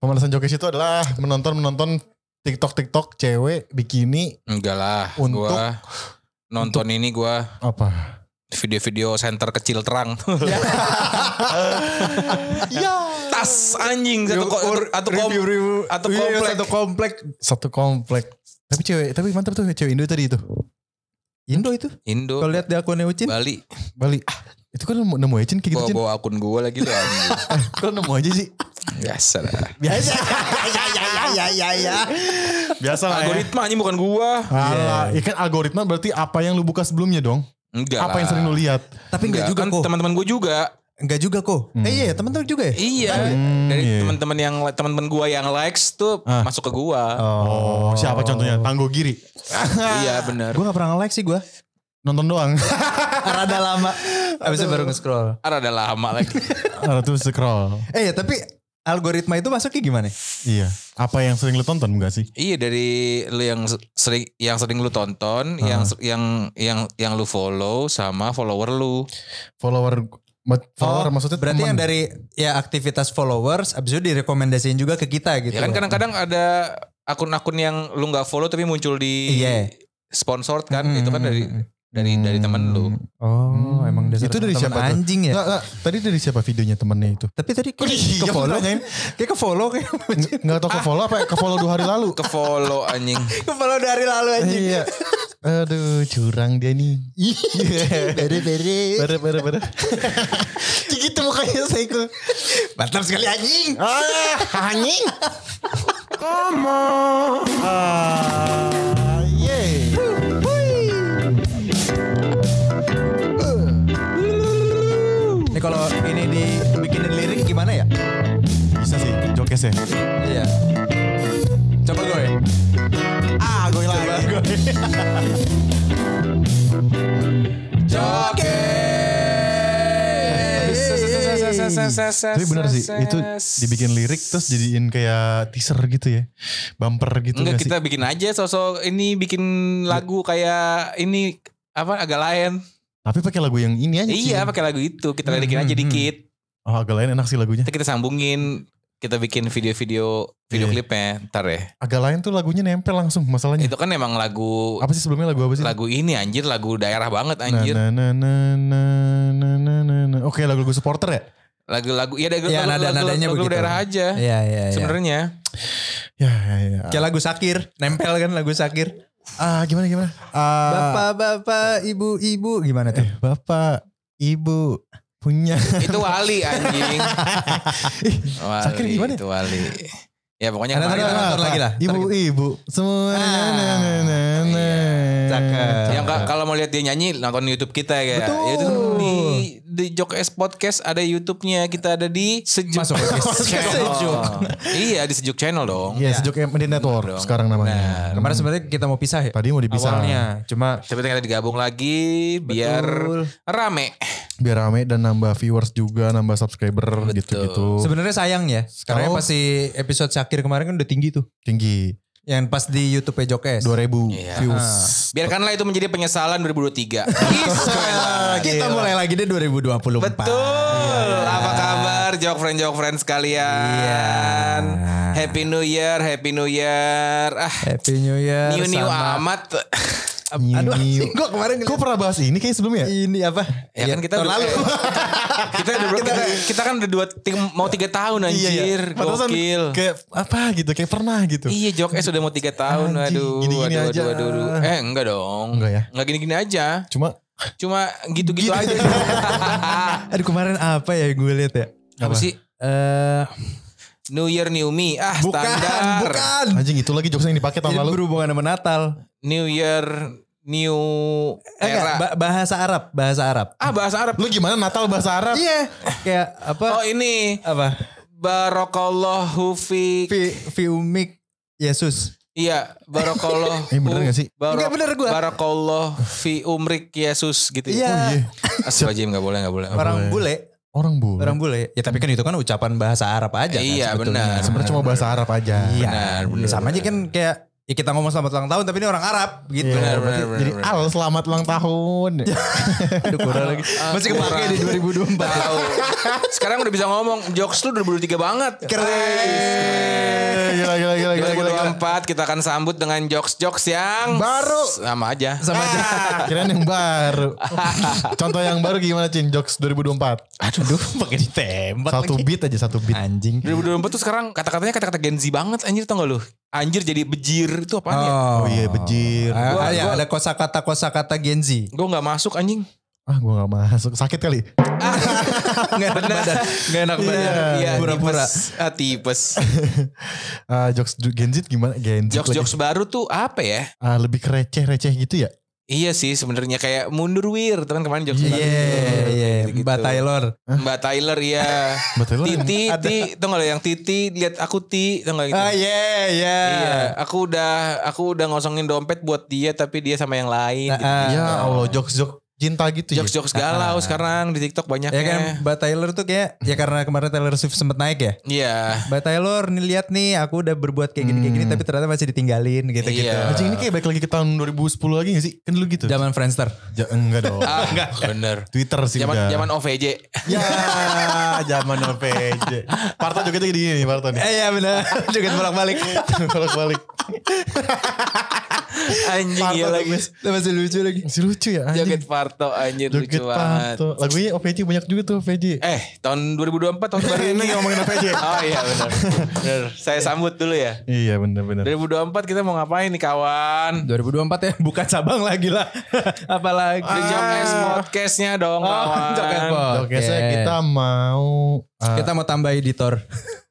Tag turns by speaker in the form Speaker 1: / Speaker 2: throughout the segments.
Speaker 1: Pemanasan joget itu adalah menonton-menonton TikTok-TikTok cewek bikini
Speaker 2: Enggak lah,
Speaker 1: Untuk-
Speaker 2: gua nonton ini gua
Speaker 1: apa?
Speaker 2: video-video center kecil terang.
Speaker 1: ya.
Speaker 2: Tas anjing satu ko-
Speaker 3: Or-
Speaker 2: satu kom
Speaker 3: review-review.
Speaker 2: atau
Speaker 3: Iya,
Speaker 2: komplek.
Speaker 3: Satu komplek.
Speaker 1: Satu komplek. Tapi cewek, tapi mantap tuh cewek Indo tadi itu.
Speaker 3: Indo itu.
Speaker 2: Indo
Speaker 3: Kalau lihat di akunnya Ucin,
Speaker 2: Bali
Speaker 1: Bali. Ah, itu kan nemu nemu aja Cin, kayak gitu
Speaker 2: bawa
Speaker 1: Cin.
Speaker 2: bawa akun gua lagi lu anjing.
Speaker 1: Kok nemu aja sih?
Speaker 2: Biasa lah.
Speaker 1: Biasa.
Speaker 3: ya ya ya ya ya ya.
Speaker 1: Biasa lah ya.
Speaker 2: Algoritma anjing bukan gua.
Speaker 1: Alah, ya kan algoritma berarti apa yang lu buka sebelumnya dong?
Speaker 2: Enggak.
Speaker 1: Apa yang sering lu lihat?
Speaker 3: Tapi enggak juga
Speaker 2: kan
Speaker 3: kok.
Speaker 2: teman-teman gua juga.
Speaker 3: Enggak juga kok. Eh iya, teman-teman juga ya?
Speaker 2: Iya.
Speaker 1: Hmm,
Speaker 2: Dari
Speaker 1: iya.
Speaker 2: teman-teman yang teman-teman gua yang likes tuh
Speaker 1: Ah.
Speaker 2: masuk ke gua.
Speaker 1: Oh, siapa contohnya? Tanggo Giri.
Speaker 2: iya benar.
Speaker 3: Gue gak pernah nge-like sih gue.
Speaker 1: Nonton doang.
Speaker 3: Rada lama. Abis itu baru nge-scroll.
Speaker 2: Ada udah lama lagi.
Speaker 1: Lalu tuh scroll.
Speaker 3: Eh tapi algoritma itu masuknya gimana?
Speaker 1: Iya. Apa yang sering lu tonton enggak sih?
Speaker 2: Iya dari lu yang se- sering yang sering lu tonton, yang se- yang yang yang lu follow sama follower lu.
Speaker 1: Follower mat- follower
Speaker 3: Oh,
Speaker 1: maksudnya
Speaker 3: berarti
Speaker 1: teman.
Speaker 3: yang dari ya aktivitas followers abis itu direkomendasiin juga ke kita gitu.
Speaker 2: Ya
Speaker 1: Iya.
Speaker 2: kan kadang-kadang ada akun-akun yang lu nggak follow tapi muncul di
Speaker 3: Iya.
Speaker 2: sponsored kan,
Speaker 3: Mm,
Speaker 2: itu kan
Speaker 3: mm,
Speaker 2: dari
Speaker 3: mm.
Speaker 2: dari dari teman lu.
Speaker 3: Oh,
Speaker 1: Hmm.
Speaker 3: emang dasar
Speaker 1: Itu dari
Speaker 3: teman
Speaker 1: siapa tuh?
Speaker 3: Anjing ya.
Speaker 1: Enggak, enggak. Tadi dari siapa videonya temennya itu?
Speaker 3: Tapi tadi
Speaker 1: Kok diem
Speaker 3: ke follow
Speaker 1: tanyain?
Speaker 3: Kayak ke follow kayak
Speaker 1: Enggak tau ke follow apa ke follow dua hari lalu.
Speaker 2: Ke follow anjing.
Speaker 3: ke follow dari lalu anjing.
Speaker 1: iya. Aduh, curang dia nih.
Speaker 3: Beri-beri.
Speaker 1: Bare bare bare.
Speaker 3: Gitu mukanya Saiko. Mantap sekali anjing.
Speaker 1: Ah, anjing. Kamu. Ah, yeay.
Speaker 3: Ini kalau ini dibikinin lirik gimana ya?
Speaker 1: Bisa sih, jokes ya.
Speaker 3: Iya. Coba gue. Ah, gue lagi. Coba gue.
Speaker 1: Tapi bener sih, itu dibikin lirik terus jadiin kayak teaser gitu ya. Bumper gitu
Speaker 2: Enggak
Speaker 1: nggak sih?
Speaker 2: kita bikin aja sosok ini bikin lagu kayak ini apa agak lain.
Speaker 1: Tapi pakai lagu yang ini aja sih.
Speaker 2: Iya pakai lagu itu kita lirikin aja
Speaker 3: Hmm, hmm,
Speaker 2: dikit.
Speaker 1: Oh, agak lain enak sih lagunya.
Speaker 2: Nanti kita sambungin kita bikin video-video video
Speaker 1: Iya.
Speaker 2: klipnya ntar ya.
Speaker 1: Agak lain tuh lagunya nempel langsung masalahnya.
Speaker 3: Iya.
Speaker 2: Itu kan emang lagu
Speaker 1: Apa sih sebelumnya lagu apa sih?
Speaker 2: lagu ini anjir lagu daerah banget
Speaker 3: Nah,
Speaker 1: Na,
Speaker 2: anjir.
Speaker 1: na, na, na, na, na, na, na, na. Oke, lagu-lagu supporter ya?
Speaker 2: Lagu-lagu ya lagu,
Speaker 3: Ya,
Speaker 2: lagu,
Speaker 3: nada-
Speaker 2: lagu,
Speaker 3: nadanya
Speaker 2: lagu
Speaker 3: begitu.
Speaker 2: daerah aja.
Speaker 3: Iya, iya, iya.
Speaker 2: Sebenarnya
Speaker 1: Ya, ya, ya.
Speaker 3: Kayak lagu Sakir, nempel kan lagu Sakir.
Speaker 1: Ah, gimana gimana? Ah,
Speaker 3: Bapak-bapak, ibu-ibu gimana tuh?
Speaker 1: Bapak, Ibu punya.
Speaker 2: itu wali anjing. wali,
Speaker 1: Sakir gimana ya?
Speaker 2: Itu wali. Ya pokoknya
Speaker 3: Ada-
Speaker 2: kemarin
Speaker 3: ada-
Speaker 2: lah.
Speaker 3: nonton lagi lah.
Speaker 1: Ibu-ibu semua.
Speaker 3: Ah,
Speaker 1: na, na, na, na.
Speaker 3: Cakep.
Speaker 2: yang ka- Ya, kalau mau lihat dia nyanyi nonton YouTube kita ya.
Speaker 3: Betul.
Speaker 2: Ya Itu di di Jokes Podcast ada YouTube-nya kita ada di Sejuk
Speaker 3: Masuk ke
Speaker 2: Channel. iya di Sejuk Channel dong.
Speaker 1: Iya, sejuk MD Network
Speaker 2: dong.
Speaker 1: sekarang namanya. Hmm.
Speaker 2: Benar.
Speaker 3: Kemarin sebenarnya kita mau pisah ya.
Speaker 1: Tadi mau dipisah.
Speaker 3: Awalnya, cuma
Speaker 2: Tapi ternyata digabung lagi biar
Speaker 3: Betul.
Speaker 2: rame.
Speaker 1: Biar rame dan nambah viewers juga, nambah subscriber
Speaker 2: Betul.
Speaker 1: gitu-gitu.
Speaker 3: sebenarnya sayang ya. Karena
Speaker 1: Kalau-
Speaker 3: pas si episode Sakir kemarin kan udah tinggi tuh.
Speaker 1: Tinggi.
Speaker 3: Yang pas di YouTube Jokes.
Speaker 1: 2000
Speaker 2: Iya.
Speaker 1: views.
Speaker 2: Biarkanlah itu menjadi penyesalan 2023. Bismillah.
Speaker 3: Ah, kita mulai lagi deh 2024.
Speaker 1: Iya,
Speaker 2: Betul. Apa kabar jok friend jok friend sekalian?
Speaker 3: Iya.
Speaker 2: Happy New Year, Happy New Year. Ah,
Speaker 3: Happy New Year.
Speaker 2: new new
Speaker 3: sama-
Speaker 2: amat. Ah.
Speaker 3: Aduh, Iya.
Speaker 1: Ini-
Speaker 3: gue kemarin
Speaker 1: Kok pernah bahas ini kayak sebelumnya?
Speaker 3: ini apa?
Speaker 1: Iya,
Speaker 2: Ya
Speaker 3: Iya,
Speaker 2: kan kita
Speaker 3: tahun
Speaker 2: udah-
Speaker 3: lalu.
Speaker 2: kita, udah- kita, kita kan udah dua tim- mau tiga
Speaker 1: Iya,
Speaker 2: tahun anjir,
Speaker 1: Pantesan
Speaker 2: gokil.
Speaker 1: Kayak apa gitu, kayak pernah gitu.
Speaker 2: Iya jok eh sudah mau tiga tahun,
Speaker 1: Anjing,
Speaker 2: aduh,
Speaker 1: gini-gini
Speaker 2: aduh,
Speaker 1: aja.
Speaker 2: aduh, aduh, aduh. Eh enggak dong,
Speaker 1: Enggak ya?
Speaker 2: enggak gini-gini aja,
Speaker 1: Cuma
Speaker 2: cuma
Speaker 3: Gitu.
Speaker 2: gitu-gitu aja.
Speaker 3: Aduh kemarin apa ya gue lihat ya?
Speaker 2: Apa sih?
Speaker 3: Eh,
Speaker 2: New Year New Me, ah
Speaker 3: bukan,
Speaker 2: standar.
Speaker 3: bukan.
Speaker 1: anjing itu lagi jokes yang dipakai tahun
Speaker 3: Ini
Speaker 1: lalu.
Speaker 3: berhubungan sama Natal.
Speaker 2: New Year New
Speaker 3: Eh, enggak,
Speaker 2: Era.
Speaker 3: ba- bahasa Arab, bahasa Arab.
Speaker 2: Ah bahasa Arab.
Speaker 1: Lu gimana Natal bahasa Arab?
Speaker 3: Iya, kayak apa?
Speaker 2: Oh ini
Speaker 3: apa?
Speaker 2: Barokallahu fi
Speaker 3: Fi, fi umik Yesus.
Speaker 2: Iya Barokallahu
Speaker 1: Eh, bener nggak sih?
Speaker 2: Barok-
Speaker 3: Nggak bener gua.
Speaker 2: Barakallahu fi umrik Yesus gitu ya
Speaker 3: Iya.
Speaker 1: Oh iya.
Speaker 2: Astagfirullahaladzim gak boleh gak boleh
Speaker 3: Orang
Speaker 1: boleh.
Speaker 3: bule,
Speaker 1: Orang bu.
Speaker 3: orang bule. Ya tapi kan itu kan ucapan bahasa Arab aja. kan,
Speaker 2: Iya,
Speaker 3: sebetulnya.
Speaker 2: benar.
Speaker 1: Nah, Sebenarnya cuma bahasa Arab aja.
Speaker 3: Iya.
Speaker 2: Benar, benar.
Speaker 3: Sama aja kan kayak ya kita ngomong selamat ulang tahun tapi ini orang Arab gitu.
Speaker 1: Iya,
Speaker 2: Benar, benar,
Speaker 1: berarti
Speaker 2: benar,
Speaker 1: Jadi
Speaker 2: benar.
Speaker 1: al selamat ulang tahun.
Speaker 3: Aduh kurang lagi. Masih kepake
Speaker 2: Ah, kurang.
Speaker 3: di 2024.
Speaker 2: Tahu. Sekarang udah bisa ngomong jokes lu 2023 banget
Speaker 3: Keren.
Speaker 2: keempat kita akan sambut dengan jokes-jokes yang
Speaker 4: Baru.
Speaker 2: sama aja.
Speaker 4: Sama aja.
Speaker 1: Ah, Kirain yang baru. Contoh yang baru gimana Cing? Jokes 2024.
Speaker 3: Aduh, duh, pakai ditembak
Speaker 1: Satu
Speaker 3: lagi.
Speaker 1: beat aja, satu beat.
Speaker 3: Anjing.
Speaker 2: 2024 tuh sekarang kata-katanya kata-kata Gen Z banget anjir tau gak lu? Anjir jadi bejir itu apaan ya?
Speaker 1: Oh iya, bejir.
Speaker 3: Ah,
Speaker 2: Gua-
Speaker 3: ya,
Speaker 2: gua-
Speaker 3: ada kosakata kosakata Gen Z.
Speaker 2: Gue gak masuk anjing.
Speaker 1: Ah gue gak masuk, sakit kali.
Speaker 3: Nggak enak badan. Nggak enak badan.
Speaker 2: Iya,
Speaker 3: Pura-pura.
Speaker 2: tipes. Ah, tipes.
Speaker 1: Ah, jokes du- Gen Z gimana? Gen Z lagi.
Speaker 2: Jokes-jokes baru tuh apa ya?
Speaker 1: Ah, lebih ke receh-receh gitu ya?
Speaker 2: Iya sih sebenarnya kayak mundur wir teman kemarin jokes
Speaker 3: Iya,
Speaker 2: baru.
Speaker 3: iya.
Speaker 2: Gitu-gitu.
Speaker 3: Mbak Taylor.
Speaker 2: Mbak Tyler ya.
Speaker 1: Betul lah.
Speaker 2: Titi,
Speaker 3: Ada.
Speaker 2: Titi, tau gak lo yang Titi lihat aku Ti, tau gak gitu?
Speaker 3: Ah, iya, iya.
Speaker 2: Iya, aku udah aku udah ngosongin dompet buat dia tapi dia sama yang lain. gitu.
Speaker 3: Nah, ah.
Speaker 1: Ya Allah, jokes-jokes cinta gitu ya?
Speaker 2: Jokes-jokes galau sekarang di TikTok banyaknya.
Speaker 3: Ya kan Mbak Taylor tuh kayak ya karena kemarin Taylor Swift sempet naik ya.
Speaker 2: Iya.
Speaker 3: Mbak Taylor nih lihat nih aku udah berbuat kayak gini kayak gini
Speaker 1: Hmm.
Speaker 3: tapi ternyata masih ditinggalin gitu-gitu.
Speaker 2: Iya.
Speaker 1: Anjing ini kayak balik lagi ke tahun 2010 lagi gak sih? Kan dulu gitu.
Speaker 3: Zaman Friendster.
Speaker 1: Ja- enggak dong.
Speaker 2: Ah, bener.
Speaker 1: Twitter sih
Speaker 2: Zaman
Speaker 1: udah.
Speaker 2: zaman OVJ.
Speaker 1: Ya, zaman OPJ. Parto jogetnya gini nih, Parto nih.
Speaker 3: Eh, iya benar. Juga bolak-balik.
Speaker 1: Bolak-balik.
Speaker 2: Anjing
Speaker 1: Parto
Speaker 2: ya lagi.
Speaker 1: gemes.
Speaker 3: Masih lucu lagi.
Speaker 1: Masih lucu ya anjing.
Speaker 2: Joget Parto anjir lucu
Speaker 1: Joget
Speaker 2: banget.
Speaker 1: Parto. Lagunya OPJ banyak juga tuh OPJ.
Speaker 2: Eh, tahun 2024 tahun baru
Speaker 1: Ini
Speaker 2: ini.
Speaker 1: ngomongin OPJ.
Speaker 2: Oh iya benar. Benar. Saya sambut dulu ya.
Speaker 1: Iya bener-bener.
Speaker 2: 2024 kita mau ngapain nih kawan?
Speaker 3: 2024 ya buka cabang lagi lah. Apalagi.
Speaker 2: The Jokes podcastnya dong kawan.
Speaker 1: Oke, saya kita mau ah,
Speaker 3: Kita mau tambah editor.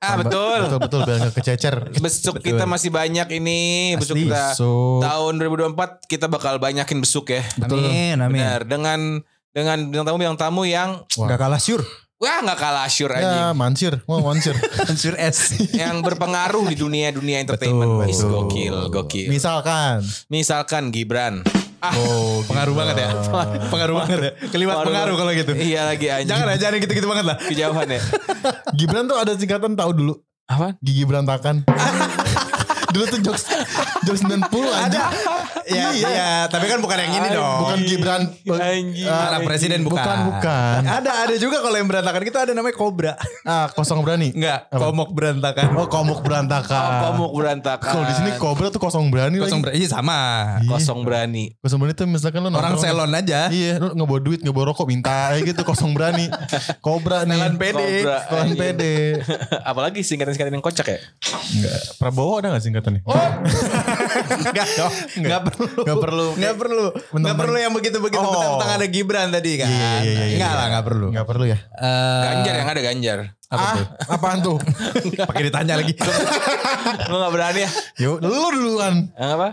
Speaker 2: Ah betul.
Speaker 1: betul betul biar nggak kececer.
Speaker 2: Besok kita masih banyak ini. Besok
Speaker 3: Asli.
Speaker 2: kita
Speaker 1: So,
Speaker 2: tahun 2024 kita bakal banyakin besuk ya.
Speaker 3: Amin, amin.
Speaker 2: Benar. Dengan dengan bintang tamu bintang tamu yang
Speaker 3: Gak kalah syur.
Speaker 2: wah nggak kalah sure anjing.
Speaker 1: ya Mansur, mau Mansur.
Speaker 3: Syur S.
Speaker 2: yang berpengaruh di dunia dunia entertainment. Wih, Gokil, gokil.
Speaker 1: Misalkan.
Speaker 2: Misalkan Gibran. Ah,
Speaker 1: Oh,
Speaker 3: Pengaruh banget ya. Pengaruh banget ya. Keliwat pengaruh kalau gitu.
Speaker 2: Iya lagi anjing.
Speaker 3: Jangan ajarin gitu-gitu banget lah.
Speaker 2: kejauhan ya.
Speaker 1: Gibran tuh ada singkatan tahu dulu.
Speaker 2: Apa?
Speaker 1: Gigi berantakan. dulu tuh jokes jokes 90 aja.
Speaker 3: Iya, iya. Tapi kan bukan yang ini dong.
Speaker 1: Eh, Bukan Gibran
Speaker 2: Anjing.
Speaker 1: Ah,
Speaker 3: Anak presiden bukan.
Speaker 1: Bukan, bukan.
Speaker 3: Ada, ada juga kalau yang berantakan itu ada namanya kobra.
Speaker 1: Ah, kosong berani.
Speaker 3: Enggak, komok berantakan.
Speaker 1: Oh, komuk
Speaker 3: Ah.
Speaker 1: berantakan.
Speaker 2: Komuk berantakan.
Speaker 1: Kalau di sini kobra tuh kosong berani lagi.
Speaker 3: Kosong berani iya, sama.
Speaker 1: Iya.
Speaker 2: kosong berani.
Speaker 1: Kosong berani tuh misalkan lo nongkrong-
Speaker 3: Orang selon aja.
Speaker 1: Iya, lu nggak bawa duit, nggak bawa rokok, minta kayak gitu kosong berani. Kobra nih.
Speaker 3: Setelan pede.
Speaker 2: Kobra.
Speaker 1: Setelan
Speaker 2: Anjing.
Speaker 1: pede.
Speaker 2: Apalagi singkatan-singkatan yang kocak ya.
Speaker 1: Enggak. Prabowo ada gak singkatannya?
Speaker 3: Enggak dong. Enggak perlu.
Speaker 1: Nggak perlu.
Speaker 3: Enggak perlu. Enggak
Speaker 1: Mentang-mentang-
Speaker 3: perlu yang begitu-begitu.
Speaker 1: Oh.
Speaker 3: Tentang ada Gibran tadi kan.
Speaker 1: Iya, iya, iya, iya,
Speaker 3: Enggak
Speaker 1: iya.
Speaker 3: lah, enggak perlu.
Speaker 1: Nggak perlu ya?
Speaker 3: Eh,
Speaker 2: Ganjar yang ada Ganjar.
Speaker 3: apa
Speaker 1: ah,
Speaker 3: tuh?
Speaker 1: apaan tuh?
Speaker 3: Eh, Pakai ditanya lagi.
Speaker 2: Lu gak berani ya?
Speaker 1: Yuk, lu duluan.
Speaker 2: Yang apa?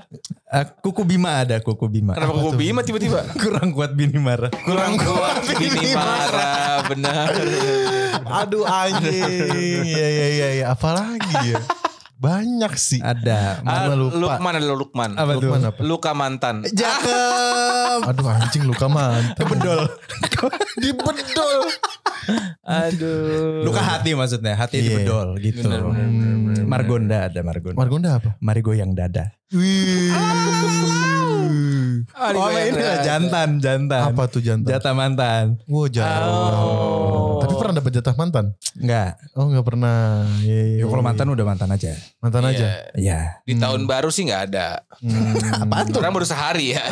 Speaker 3: Eh, kuku Bima ada, kuku Bima.
Speaker 2: Kenapa gue Bima tiba-tiba?
Speaker 3: Kurang kuat bini marah.
Speaker 2: Kurang kuat ini marah benar.
Speaker 1: Aduh anjing. Iya, iya, iya. Ya. Apalagi ya? Banyak sih.
Speaker 3: Ada.
Speaker 1: Ah,
Speaker 2: Ah,
Speaker 1: lupa.
Speaker 2: Lukman ada Lukman.
Speaker 3: Apa tuh?
Speaker 1: Lukman apa?
Speaker 2: Luka mantan.
Speaker 3: Cakep.
Speaker 1: Aduh anjing luka mantan.
Speaker 3: Bedol.
Speaker 1: Dibedol.
Speaker 2: Aduh.
Speaker 3: Luka hati maksudnya, hati
Speaker 1: Iya.
Speaker 3: dibedol gitu.
Speaker 2: Bener, bener, bener, bener.
Speaker 3: Margonda ada Margonda.
Speaker 1: Margonda apa?
Speaker 3: Mari goyang dada.
Speaker 1: Wih.
Speaker 2: Ah,
Speaker 3: Oh
Speaker 2: dibayar deh.
Speaker 3: ini lah jantan, jantan.
Speaker 1: Apa tuh jantan?
Speaker 3: Jatah mantan.
Speaker 1: Wow, jauh.
Speaker 2: Oh.
Speaker 1: Tapi pernah dapat jatah mantan?
Speaker 3: Enggak.
Speaker 1: Oh, nggak pernah. Iya, iya,
Speaker 3: Ya,
Speaker 1: iya.
Speaker 3: kalau mantan udah mantan aja.
Speaker 1: mantan aja.
Speaker 2: Iya.
Speaker 3: Iya.
Speaker 2: Di tahun baru sih nggak ada.
Speaker 1: Hmm.
Speaker 3: Apaan tuh?
Speaker 2: Orang baru sehari ya.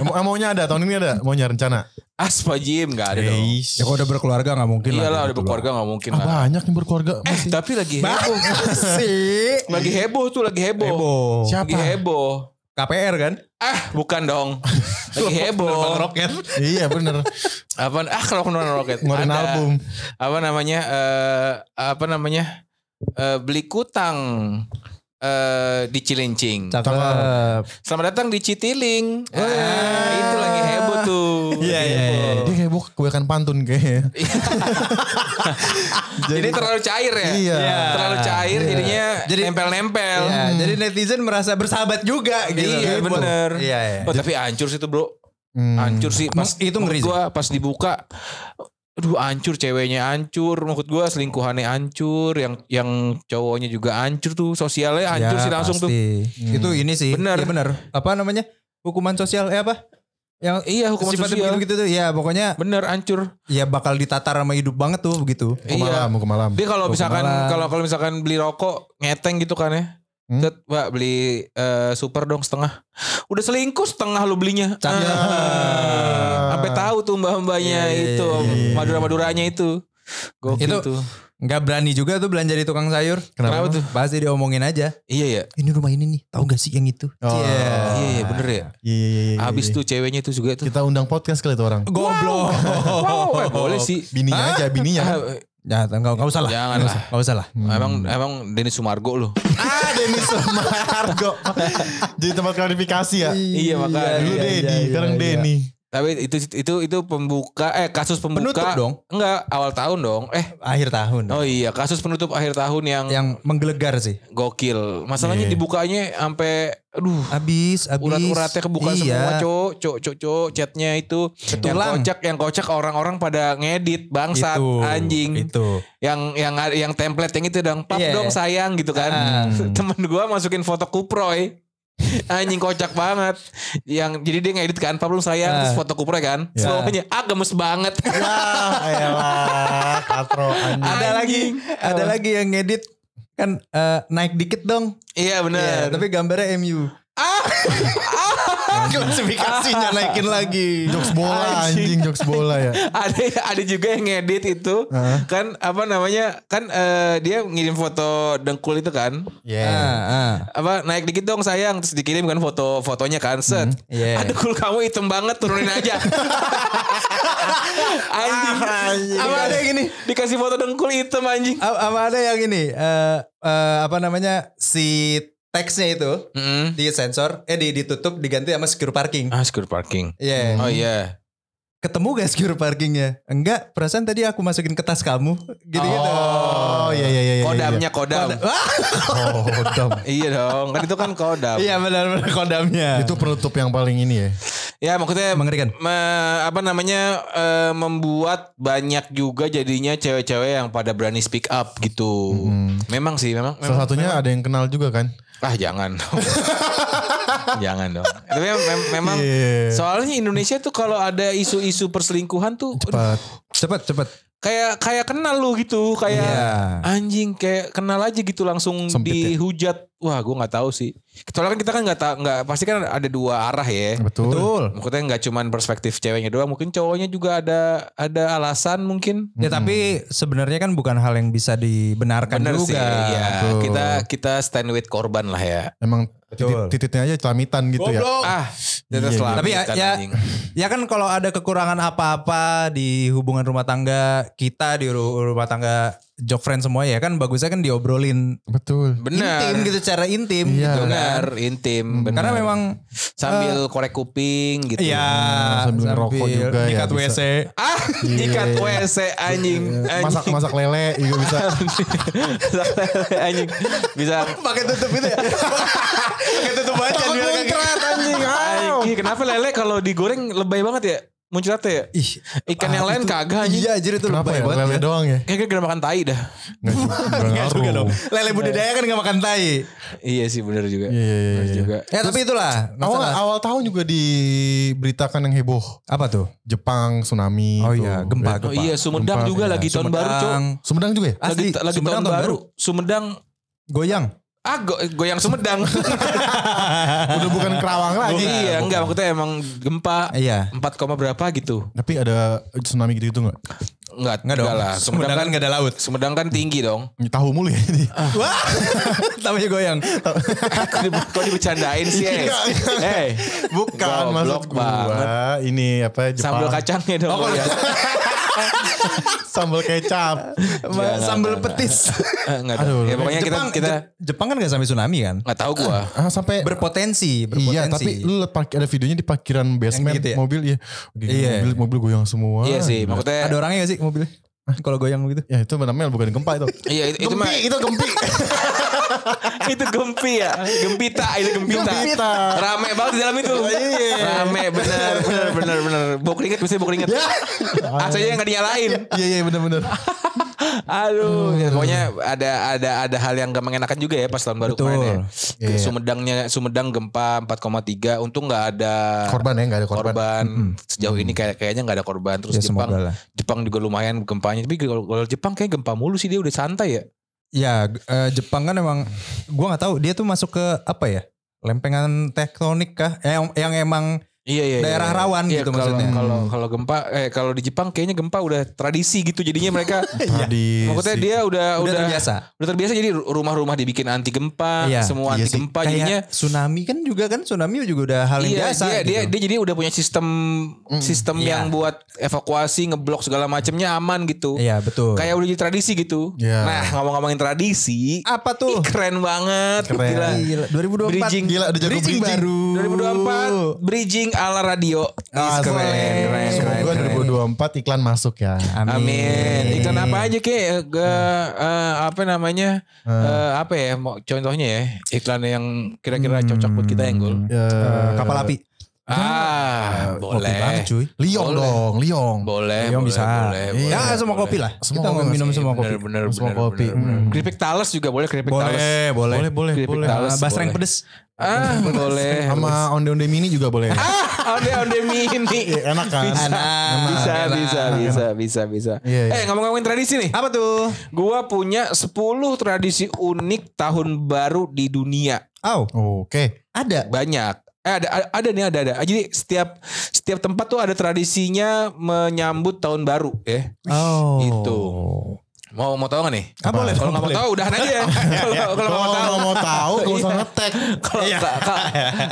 Speaker 1: Mau- ah, maunya ada tahun ini ada maunya rencana.
Speaker 2: Aspa Jim nggak ada
Speaker 1: Iya,
Speaker 2: dong.
Speaker 3: Ya kalau udah berkeluarga nggak mungkin gitu
Speaker 2: Iyalah
Speaker 3: lah.
Speaker 2: udah berkeluarga nggak mungkin
Speaker 1: Ah,
Speaker 2: lah.
Speaker 1: banyak yang berkeluarga.
Speaker 2: Eh tapi lagi heboh.
Speaker 3: sih.
Speaker 2: Lagi heboh tuh lagi heboh.
Speaker 3: Heboh.
Speaker 1: Siapa?
Speaker 2: Lagi heboh.
Speaker 3: KPR kan?
Speaker 2: Ah bukan dong. Lagi
Speaker 3: Bang
Speaker 2: heboh.
Speaker 3: Roket.
Speaker 1: iya bener.
Speaker 2: Apa? Ah kalau penerbang roket.
Speaker 1: Ngeluarin
Speaker 2: Ada.
Speaker 1: album.
Speaker 2: Apa namanya? eh, apa namanya? Eh, beli kutang eh di Cilincing.
Speaker 3: Cakep.
Speaker 2: Selamat datang di Citiling. Ah, itu lagi heboh tuh.
Speaker 3: Oh, Iya, iya,
Speaker 2: Heboh.
Speaker 1: Gitu. Dia kayak bukan kebanyakan pantun kayaknya.
Speaker 2: Iya. Ini terlalu cair ya.
Speaker 1: Iya.
Speaker 2: Terlalu cair jadinya
Speaker 3: Iya. Jadi-
Speaker 2: nempel-nempel.
Speaker 3: Iya, jadi netizen merasa bersahabat juga gitu.
Speaker 2: Hmm. Iya,
Speaker 3: Buat-
Speaker 2: bener.
Speaker 3: Iya, iya.
Speaker 2: Oh, tapi hancur sih itu bro.
Speaker 1: Hmm.
Speaker 2: Hancur sih. Pas
Speaker 3: Itu ngeri
Speaker 2: menurut Gua pas dibuka. Aduh hancur ceweknya hancur. Maksud gua selingkuhannya hancur. Yang yang cowoknya juga hancur tuh. Sosialnya hancur
Speaker 3: Ya,
Speaker 2: sih langsung tuh.
Speaker 3: pasti. Itu ini sih.
Speaker 2: Bener.
Speaker 3: Iya, bener. Apa namanya? Hukuman sosial eh apa? Yang
Speaker 2: Iya hukuman
Speaker 3: sifatnya
Speaker 2: sosial.
Speaker 3: begitu-begitu tuh. Ya pokoknya
Speaker 2: Bener hancur.
Speaker 3: ya bakal ditatar sama hidup banget tuh begitu.
Speaker 1: Mau ke malam,
Speaker 2: Iya.
Speaker 1: mau ke malam.
Speaker 2: Dia kalau
Speaker 3: Hukum
Speaker 2: misalkan
Speaker 3: malam.
Speaker 2: kalau kalau misalkan beli rokok ngeteng gitu kan ya.
Speaker 1: Hmm?
Speaker 2: Cet, mbak beli eh, super dong setengah. Udah selingkuh setengah lo belinya.
Speaker 3: Cakep.
Speaker 2: Ah. Sampai tahu tuh mbak-mbaknya
Speaker 3: Iya, iya,
Speaker 2: itu,
Speaker 3: iya,
Speaker 1: iya.
Speaker 2: madura-maduranya itu. Gokil
Speaker 3: Itu-
Speaker 2: tuh.
Speaker 3: Nggak berani juga tuh belanja di tukang sayur.
Speaker 1: Kenapa
Speaker 3: tuh? Pasti diomongin aja.
Speaker 2: Iya ya.
Speaker 3: Ini rumah ini nih, tahu gak sih yang itu?
Speaker 1: Oh.
Speaker 2: Iya iya bener ya.
Speaker 1: Iya iya iya. iya,
Speaker 2: Habis
Speaker 1: iya.
Speaker 2: tuh ceweknya itu juga tuh.
Speaker 1: kita undang podcast kali itu orang.
Speaker 3: Goblok.
Speaker 2: Wow, eh,
Speaker 3: Iya.
Speaker 2: boleh sih.
Speaker 1: Bininya aja, bininya.
Speaker 2: Ah,
Speaker 3: Ya, enggak, enggak usah lah.
Speaker 2: Jangan
Speaker 3: Enggak
Speaker 2: lah.
Speaker 3: usah, enggak usah lah.
Speaker 2: Ah, Emang
Speaker 3: Hmm.
Speaker 2: emang Denny Sumargo loh.
Speaker 1: ah, Denis Sumargo. Jadi tempat klarifikasi ya.
Speaker 2: Iya, makanya.
Speaker 1: Dulu
Speaker 2: Iya,
Speaker 1: Dedi, sekarang Denny.
Speaker 2: Tapi itu itu itu pembuka eh kasus pembuka
Speaker 3: Penutup dong.
Speaker 2: Enggak, awal tahun dong. Eh,
Speaker 3: Akhir tahun.
Speaker 2: oh iya, kasus penutup akhir tahun yang,
Speaker 3: Yang menggelegar sih.
Speaker 2: gokil. Masalahnya
Speaker 1: Iya.
Speaker 2: dibukanya sampai aduh,
Speaker 3: Abis, abis.
Speaker 2: urat-uratnya kebuka semua,
Speaker 3: Iya.
Speaker 2: cok, cok, cok, cok, chatnya itu. Yang
Speaker 3: Betulan.
Speaker 2: kocak, yang kocak orang-orang pada ngedit bangsat
Speaker 3: Itu,
Speaker 2: anjing.
Speaker 3: Itu.
Speaker 2: Yang yang yang template yang itu dong, pap
Speaker 3: Iya. Ah.
Speaker 2: dong sayang gitu kan.
Speaker 1: Hmm.
Speaker 2: Temen gua masukin foto kuproy. Anjing kocak banget. Yang jadi dia ngedit kan, pap dong sayang
Speaker 3: Ah.
Speaker 2: terus foto kuproy kan.
Speaker 1: Ya.
Speaker 2: Semuanya ah gemes banget.
Speaker 1: Ah, elah, katro anjing.
Speaker 3: Ada lagi,
Speaker 2: Ya, Anjing.
Speaker 3: ada lagi yang ngedit kan eh, naik dikit dong.
Speaker 2: Iya
Speaker 3: Iya,
Speaker 2: benar.
Speaker 3: tapi gambarnya MU. Ah, klasifikasinya naikin lagi.
Speaker 1: Jokes bola anjing, jokes bola ya.
Speaker 2: ada ada juga yang ngedit itu
Speaker 1: Heeh.
Speaker 2: kan apa namanya kan eh, dia ngirim foto dengkul itu kan
Speaker 1: Yeah.
Speaker 3: Ah, ah.
Speaker 2: apa naik dikit dong sayang terus dikirim kan foto fotonya kan set
Speaker 3: Iya.
Speaker 2: ada dengkul kamu hitam banget turunin aja anjing
Speaker 3: Apa ada yang gini?
Speaker 2: dikasih foto dengkul hitam anjing
Speaker 3: A- Apa ada yang ini? Eh, eh, apa namanya? Si teksnya itu
Speaker 2: mm
Speaker 3: di sensor, eh di- ditutup diganti sama secure parking.
Speaker 2: ah secure parking
Speaker 3: Iya.
Speaker 2: oh iya
Speaker 3: Ketemu gak secure parkingnya? Enggak, perasaan tadi aku masukin ke tas kamu. Gitu-gitu.
Speaker 1: Oh, iya iya iya. iya,
Speaker 2: kodamnya kodam
Speaker 3: Wah,
Speaker 1: iya. Kodam.
Speaker 2: iya dong kan itu kan kodam
Speaker 3: Iya benar-benar kodamnya.
Speaker 1: Itu penutup yang paling ini ya.
Speaker 2: ya maksudnya
Speaker 3: Eh, mengerikan.
Speaker 2: me- apa namanya eh, membuat banyak juga jadinya cewek-cewek yang pada berani speak up gitu.
Speaker 1: Mm-hmm.
Speaker 2: Memang sih, memang. memang.
Speaker 1: Salah satunya ada yang kenal juga kan.
Speaker 2: Ah jangan, dong. jangan dong. Tapi mem- mem- memang
Speaker 1: Iya.
Speaker 2: soalnya Indonesia tuh kalau ada isu-isu perselingkuhan tuh aduh,
Speaker 1: Cepat.
Speaker 3: Cepat, cepat.
Speaker 2: kayak kayak kenal lu gitu, kayak
Speaker 3: Iya.
Speaker 2: anjing kayak kenal aja gitu langsung
Speaker 1: Sempit ya.
Speaker 2: dihujat. Wah, gue nggak tahu sih. Soalnya kan kita kan nggak tahu, nggak pasti kan ada dua arah ya.
Speaker 1: Betul.
Speaker 2: Maksudnya nggak cuman perspektif ceweknya doang, mungkin cowoknya juga ada ada alasan mungkin.
Speaker 3: Ya tapi sebenarnya kan bukan hal yang bisa dibenarkan
Speaker 2: Bener
Speaker 3: Kan juga.
Speaker 2: sih, ya.
Speaker 1: betul.
Speaker 2: Kita kita stand with korban lah ya.
Speaker 1: Emang
Speaker 3: Betul.
Speaker 1: titit- tititnya aja celamitan gitu ya.
Speaker 2: Ah,
Speaker 1: Iya,
Speaker 2: terus
Speaker 1: iya.
Speaker 2: lah.
Speaker 3: Tapi ya-
Speaker 2: Bukan,
Speaker 3: ya-
Speaker 2: anjing.
Speaker 3: Ya kan kalau ada kekurangan apa-apa di hubungan rumah tangga kita di ru- rumah tangga job friend semua ya kan bagusnya kan diobrolin
Speaker 1: Betul.
Speaker 2: benar.
Speaker 3: intim gitu cara intim
Speaker 1: Iya.
Speaker 3: gitu
Speaker 2: Benar,
Speaker 3: kan.
Speaker 2: intim. benar.
Speaker 3: Karena eh, memang
Speaker 2: sambil korek kuping gitu.
Speaker 3: ya
Speaker 1: Iya, sambil ngerokok juga ya,
Speaker 3: nyikat
Speaker 1: bisa.
Speaker 3: WC.
Speaker 2: Ah,
Speaker 3: Iya,
Speaker 2: ikat WC anjing. anjing.
Speaker 1: Masak masak lele juga bisa.
Speaker 2: anjing. Bisa
Speaker 3: Pakai tutup itu ya. Pakai tutup aja biar kagak-
Speaker 2: anjing. Anjing, kenapa lele kalau digoreng lebay banget ya? Muncratnya ya?
Speaker 3: Ih,
Speaker 2: Ikan yang
Speaker 3: ah,
Speaker 2: lain
Speaker 3: itu-
Speaker 2: kagak anjing.
Speaker 3: Iya, jadi itu
Speaker 1: Kenapa ya?
Speaker 3: lebay banget Iya,
Speaker 1: Lele doang ya?
Speaker 2: Kayaknya kena makan tai dah.
Speaker 1: Nggak juga, nggak
Speaker 3: Enggak juga
Speaker 1: ngaruh.
Speaker 3: dong. Lele budidaya kan gak makan tai.
Speaker 2: Iya sih benar juga.
Speaker 1: Iya, iya, iya,
Speaker 2: Bener
Speaker 1: iya.
Speaker 2: juga.
Speaker 3: Ya tapi itulah.
Speaker 1: Tahu nggak,
Speaker 3: masalah.
Speaker 1: awal tahun juga diberitakan yang heboh.
Speaker 3: Apa tuh?
Speaker 1: Jepang tsunami. gitu.
Speaker 3: Oh
Speaker 1: tuh.
Speaker 3: iya, gempa,
Speaker 2: Oh iya, Sumedang
Speaker 1: Gempa,
Speaker 2: juga
Speaker 1: iya.
Speaker 2: lagi tahun baru, Cok.
Speaker 3: Sumedang.
Speaker 1: Sumedang juga ya?
Speaker 2: Lagi,
Speaker 3: Asli,
Speaker 2: lagi
Speaker 3: Sumedang
Speaker 2: tahun baru. Sumedang
Speaker 3: Goyang.
Speaker 2: ah go- goyang Sumedang.
Speaker 1: Udah bukan Kerawang lagi.
Speaker 2: iya, enggak maksudnya emang gempa
Speaker 3: Iya.
Speaker 2: 4, koma berapa gitu.
Speaker 1: Tapi ada tsunami gitu-gitu enggak?
Speaker 2: Enggak,
Speaker 3: Enggak dong.
Speaker 2: lah. Sumedang kan
Speaker 3: enggak ada laut.
Speaker 2: Sumedang kan tinggi dong.
Speaker 1: Tahu mulu ya ini.
Speaker 3: Wah. Namanya goyang.
Speaker 2: Kok di- Kok dibecandain sih, eh? Eh,
Speaker 1: Bukan
Speaker 2: Goblok
Speaker 1: maksud gua. Ini apa Jepang.
Speaker 2: sambal kacangnya dong. ya.
Speaker 1: Sambal kecap.
Speaker 3: Iya,
Speaker 2: Jangan,
Speaker 3: Sambal
Speaker 2: jangan.
Speaker 3: petis.
Speaker 2: Eh, enggak
Speaker 1: Aduh,
Speaker 2: dong. Ya,
Speaker 1: lu-
Speaker 2: pokoknya kita
Speaker 3: Jepang
Speaker 2: kita
Speaker 3: Je- Jepang kan gak sampai tsunami kan?
Speaker 2: enggak tahu gua.
Speaker 1: Ah, sampai
Speaker 3: Berpotensi, berpotensi.
Speaker 1: Iya, tapi lu liat park- ada videonya di parkiran basement
Speaker 3: gitu ya?
Speaker 1: mobil ya.
Speaker 3: Iya.
Speaker 1: Mobil mobil goyang semua.
Speaker 2: Iya sih,
Speaker 1: Gila.
Speaker 2: maksudnya
Speaker 3: ada orangnya gak sih mobilnya? Eh. Kalau goyang begitu.
Speaker 1: Ya itu namanya bukan gempa itu.
Speaker 2: Iya, itu, itu mah
Speaker 1: itu gempi.
Speaker 2: itu gempi ya, gempita, itu gempita.
Speaker 1: Gempita.
Speaker 2: Rame banget di dalam itu. Rame bener, bener, bener, bener. Bau keringet, biasanya bau keringet. AC-nya nggak dinyalain.
Speaker 1: Iya iya benar-benar.
Speaker 2: Nah. Aduh, ya, pokoknya ada ada ada hal yang gak mengenakan juga ya pas tahun baru
Speaker 3: Betul.
Speaker 2: kemarin ya.
Speaker 1: Iya,
Speaker 2: Ke
Speaker 1: iya.
Speaker 2: Sumedangnya Sumedang gempa 4,3 untung nggak ada
Speaker 1: Korban ya nggak ada korban.
Speaker 2: korban. Sejauh ini kayak kayaknya nggak ada korban terus
Speaker 3: Ya,
Speaker 2: Jepang
Speaker 3: semoga lah.
Speaker 2: Jepang juga lumayan gempanya tapi kalau kalau Jepang kayak gempa mulu sih dia udah santai ya.
Speaker 3: Ya, eh, Jepang kan emang gua nggak tahu dia tuh masuk ke apa ya? Lempengan tektonik kah? Eh, Yang, yang emang
Speaker 2: Iya iya. iya,
Speaker 3: Daerah
Speaker 2: iya.
Speaker 3: rawan
Speaker 2: Iya,
Speaker 3: gitu
Speaker 2: kalau-
Speaker 3: maksudnya.
Speaker 2: Kalau kalau gempa, eh kalau di Jepang kayaknya gempa udah tradisi gitu jadinya mereka.
Speaker 1: Nah, Tradisi.
Speaker 2: Maksudnya dia udah
Speaker 3: Iya udah,
Speaker 2: udah udah,
Speaker 3: terbiasa.
Speaker 2: terbiasa jadi ru- rumah-rumah dibikin anti gempa,
Speaker 3: Iya,
Speaker 2: semua
Speaker 1: iya
Speaker 2: anti
Speaker 1: sih.
Speaker 2: gempa
Speaker 3: Kayak
Speaker 2: jadinya.
Speaker 3: tsunami kan juga kan tsunami juga udah hal yang
Speaker 2: Iya,
Speaker 3: biasa
Speaker 2: dia,
Speaker 3: gitu.
Speaker 2: dia dia jadi udah punya sistem sistem
Speaker 3: iya.
Speaker 2: yang buat evakuasi, ngeblok segala macamnya aman gitu.
Speaker 3: Iya, betul.
Speaker 2: Kayak udah jadi tradisi gitu.
Speaker 1: Iya.
Speaker 2: Nah, ngomong-ngomongin tradisi,
Speaker 3: apa
Speaker 2: ih,
Speaker 3: tuh?
Speaker 2: keren banget.
Speaker 3: Keren.
Speaker 2: Gila.
Speaker 3: Gila, 2024.
Speaker 2: Bridging.
Speaker 1: Gila, ada jago
Speaker 3: Bridging
Speaker 1: bridging.
Speaker 3: baru.
Speaker 2: 2024 bridging ala radio. Ih,
Speaker 3: Ah,
Speaker 2: keren,
Speaker 3: keren,
Speaker 2: keren, keren,
Speaker 1: Semoga
Speaker 2: keren.
Speaker 1: 2024 iklan masuk ya.
Speaker 2: Amin. Iklan apa aja Eh, ke eh, apa namanya?
Speaker 1: Hmm.
Speaker 2: Eh, apa ya? Mau contohnya ya iklan yang kira-kira cocok buat kita yang gol.
Speaker 3: Eh,
Speaker 1: Eh,
Speaker 3: kapal api.
Speaker 2: Ah,
Speaker 3: Kopi
Speaker 2: boleh.
Speaker 3: banget, cuy.
Speaker 1: Liong
Speaker 2: Boleh.
Speaker 1: dong, Liong. Iya.
Speaker 2: Boleh,
Speaker 3: Yang
Speaker 2: boleh,
Speaker 3: bisa.
Speaker 2: boleh, boleh,
Speaker 3: ya,
Speaker 2: boleh.
Speaker 3: semua kopi lah.
Speaker 1: Semua
Speaker 3: Kita
Speaker 1: kopi
Speaker 3: mau minum
Speaker 1: sih,
Speaker 3: semua kopi.
Speaker 2: Bener, bener,
Speaker 1: Semua
Speaker 2: bener,
Speaker 1: kopi.
Speaker 2: bener, bener.
Speaker 1: Hmm. Eh,
Speaker 2: Keripik talas juga boleh keripik talas.
Speaker 3: boleh.
Speaker 1: Boleh, boleh,
Speaker 2: Keripik
Speaker 1: boleh.
Speaker 2: talas.
Speaker 3: Eh, Basreng
Speaker 2: boleh.
Speaker 3: pedes.
Speaker 2: Ah, boleh.
Speaker 1: Sama onde-onde mini juga boleh.
Speaker 2: Ah, onde onde mini.
Speaker 1: Iya, enak kan?
Speaker 2: Bisa, bisa,
Speaker 3: Enak, enak,
Speaker 2: bisa,
Speaker 3: enak.
Speaker 2: bisa, bisa, bisa.
Speaker 1: Iya, iya.
Speaker 2: Eh, ngomong-ngomongin tradisi nih.
Speaker 3: Apa tuh?
Speaker 2: Gua punya 10 tradisi unik tahun baru di dunia.
Speaker 3: Oh,
Speaker 1: Oke.
Speaker 3: ada.
Speaker 2: Banyak. Eh ada ada- ada nih ada ada. Jadi setiap setiap tempat tuh ada tradisinya menyambut tahun baru ya.
Speaker 3: Oh.
Speaker 2: Itu. Mau mau tahu gak nih?
Speaker 3: Ah, boleh.
Speaker 2: Kalau nggak mau
Speaker 3: boleh.
Speaker 2: tahu udahan aja. Kalau kalau nggak mau tahu
Speaker 1: Oh, Kalau mau tahu gak usah ngetek.
Speaker 2: kalau
Speaker 3: Iya.
Speaker 2: ka- ka-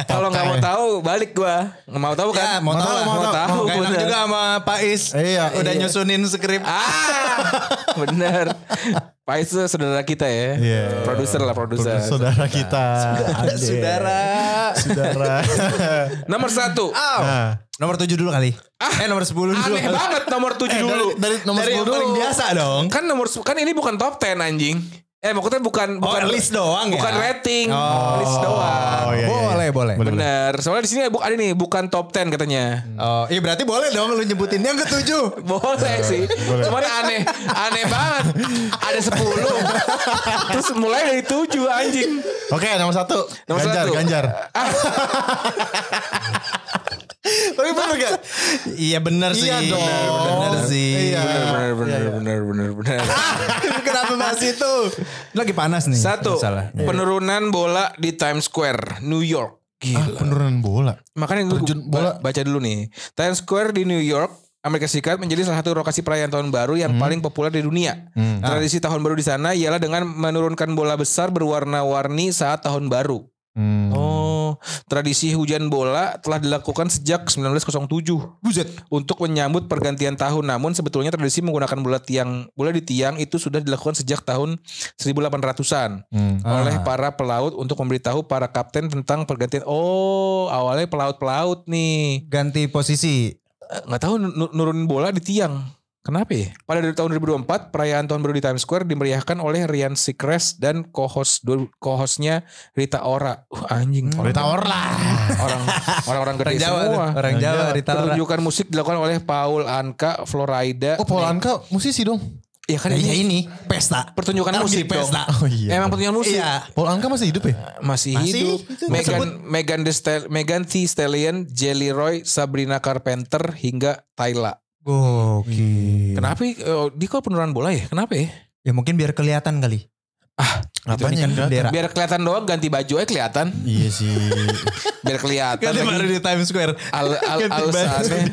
Speaker 2: kalau nggak mau tahu balik gua. Nggak mau tahu kan?
Speaker 3: Ya, mau tahu,
Speaker 2: mau
Speaker 3: mau
Speaker 2: tahu.
Speaker 3: Nggak enak
Speaker 2: bener.
Speaker 3: juga sama Pak Is.
Speaker 1: Iya,
Speaker 3: Udah
Speaker 1: iya.
Speaker 3: nyusunin skrip.
Speaker 2: Ah, bener. Pais tuh saudara kita ya.
Speaker 1: Iya.
Speaker 2: Produser lah produser.
Speaker 1: Saudara kita.
Speaker 3: Ada
Speaker 1: Ade.
Speaker 3: saudara.
Speaker 1: Saudara.
Speaker 2: Nomor satu.
Speaker 3: Oh.
Speaker 1: Nah,
Speaker 3: Nomor 7 dulu kali. Eh nomor 10 dulu.
Speaker 2: Aneh banget nomor 7
Speaker 1: eh,
Speaker 2: dulu.
Speaker 1: dari, dari nomor
Speaker 3: Dari
Speaker 1: 10
Speaker 3: yang
Speaker 1: dulu.
Speaker 3: paling biasa dong.
Speaker 2: Kan nomor se- kan ini bukan top 10 anjing. Eh maksudnya bukan
Speaker 3: Oh,
Speaker 2: bukan
Speaker 3: list doang ya?
Speaker 2: Bukan rating,
Speaker 3: Oh.
Speaker 2: list doang.
Speaker 1: Oh, iya, iya, iya.
Speaker 3: Boleh, boleh.
Speaker 2: Bener. Soalnya di sini bu- ada nih bukan top 10 katanya.
Speaker 3: Oh, iya berarti boleh dong lu nyebutin yang ketujuh.
Speaker 2: Boleh sih. Cuman aneh, aneh banget. Ada 10. Terus mulai dari 7 anjing.
Speaker 1: Oke, nomor satu. Ah,
Speaker 2: Nomor
Speaker 1: ganjar,
Speaker 2: satu.
Speaker 1: ganjar.
Speaker 3: Tapi bener gak? Iya bener sih.
Speaker 1: Iya dong.
Speaker 3: Bener sih.
Speaker 1: Iya.
Speaker 2: Bener bener bener bener bener.
Speaker 3: Kenapa bahas itu? Lagi panas nih.
Speaker 2: Satu,
Speaker 3: Salah.
Speaker 2: penurunan bola di Times Square, New York.
Speaker 1: Ah,
Speaker 2: Gila.
Speaker 1: penurunan bola.
Speaker 2: Makanya gue
Speaker 1: Terjun bola.
Speaker 2: ba- baca dulu nih. Times Square di New York, Amerika Serikat menjadi salah satu lokasi perayaan tahun baru yang paling populer di dunia.
Speaker 1: Hmm.
Speaker 2: Tradisi tahun baru di sana ialah dengan menurunkan bola besar berwarna-warni saat tahun baru.
Speaker 1: Hmm.
Speaker 2: Oh, tradisi hujan bola telah dilakukan sejak 1907
Speaker 3: Buset.
Speaker 2: untuk menyambut pergantian tahun. Namun sebetulnya tradisi menggunakan bola tiang bola di tiang itu sudah dilakukan sejak tahun 1800-an
Speaker 1: Hmm.
Speaker 2: oleh
Speaker 3: Ah,
Speaker 2: para pelaut untuk memberitahu para kapten tentang pergantian. Oh, awalnya pelaut-pelaut nih.
Speaker 3: Ganti posisi.
Speaker 2: Eh, Nggak tahu nu- nurunin bola di tiang. Kenapa ya? Pada dari tahun 2024, perayaan tahun baru di Times Square dimeriahkan oleh Ryan Seacrest dan co-host du- co-hostnya Rita Ora. Uh, anjing. Orang
Speaker 1: Berita orlah.
Speaker 2: orang orang-orang gede
Speaker 3: Orang Jawa.
Speaker 2: semua.
Speaker 3: tuh. Orang Jawa di Tara.
Speaker 2: Pertunjukan musik dilakukan oleh Paul Anka Florida.
Speaker 1: Oh, Paul Anka musisi dong.
Speaker 2: Ya kan
Speaker 3: Iya
Speaker 2: ini
Speaker 3: ini pesta.
Speaker 2: pertunjukan
Speaker 3: Ntar
Speaker 2: musik
Speaker 3: di pesta.
Speaker 2: dong.
Speaker 1: Oh iya.
Speaker 2: Emang pertunjukan musik.
Speaker 3: Iya.
Speaker 1: Paul Anka masih hidup ya?
Speaker 2: masih,
Speaker 3: Masih,
Speaker 2: hidup.
Speaker 3: itu
Speaker 2: Megan
Speaker 3: disebut.
Speaker 2: Megan The Stal- Megan Thee Stallion, Jelly Roy, Sabrina Carpenter hingga Tyla.
Speaker 3: Gokil.
Speaker 2: Kenapa eh, dia kok penurunan bola ya? Kenapa ya?
Speaker 3: Ya mungkin biar kelihatan kali. Ah,
Speaker 1: apanya
Speaker 3: ini kan
Speaker 1: kelihatan?
Speaker 3: bendera.
Speaker 2: Biar kelihatan doang ganti baju aja kelihatan.
Speaker 1: Iya sih.
Speaker 2: Biar kelihatan.
Speaker 3: Ganti baru
Speaker 2: lagi.
Speaker 3: di Times Square.
Speaker 2: Al, al,
Speaker 3: Ganti baju.
Speaker 2: alasannya.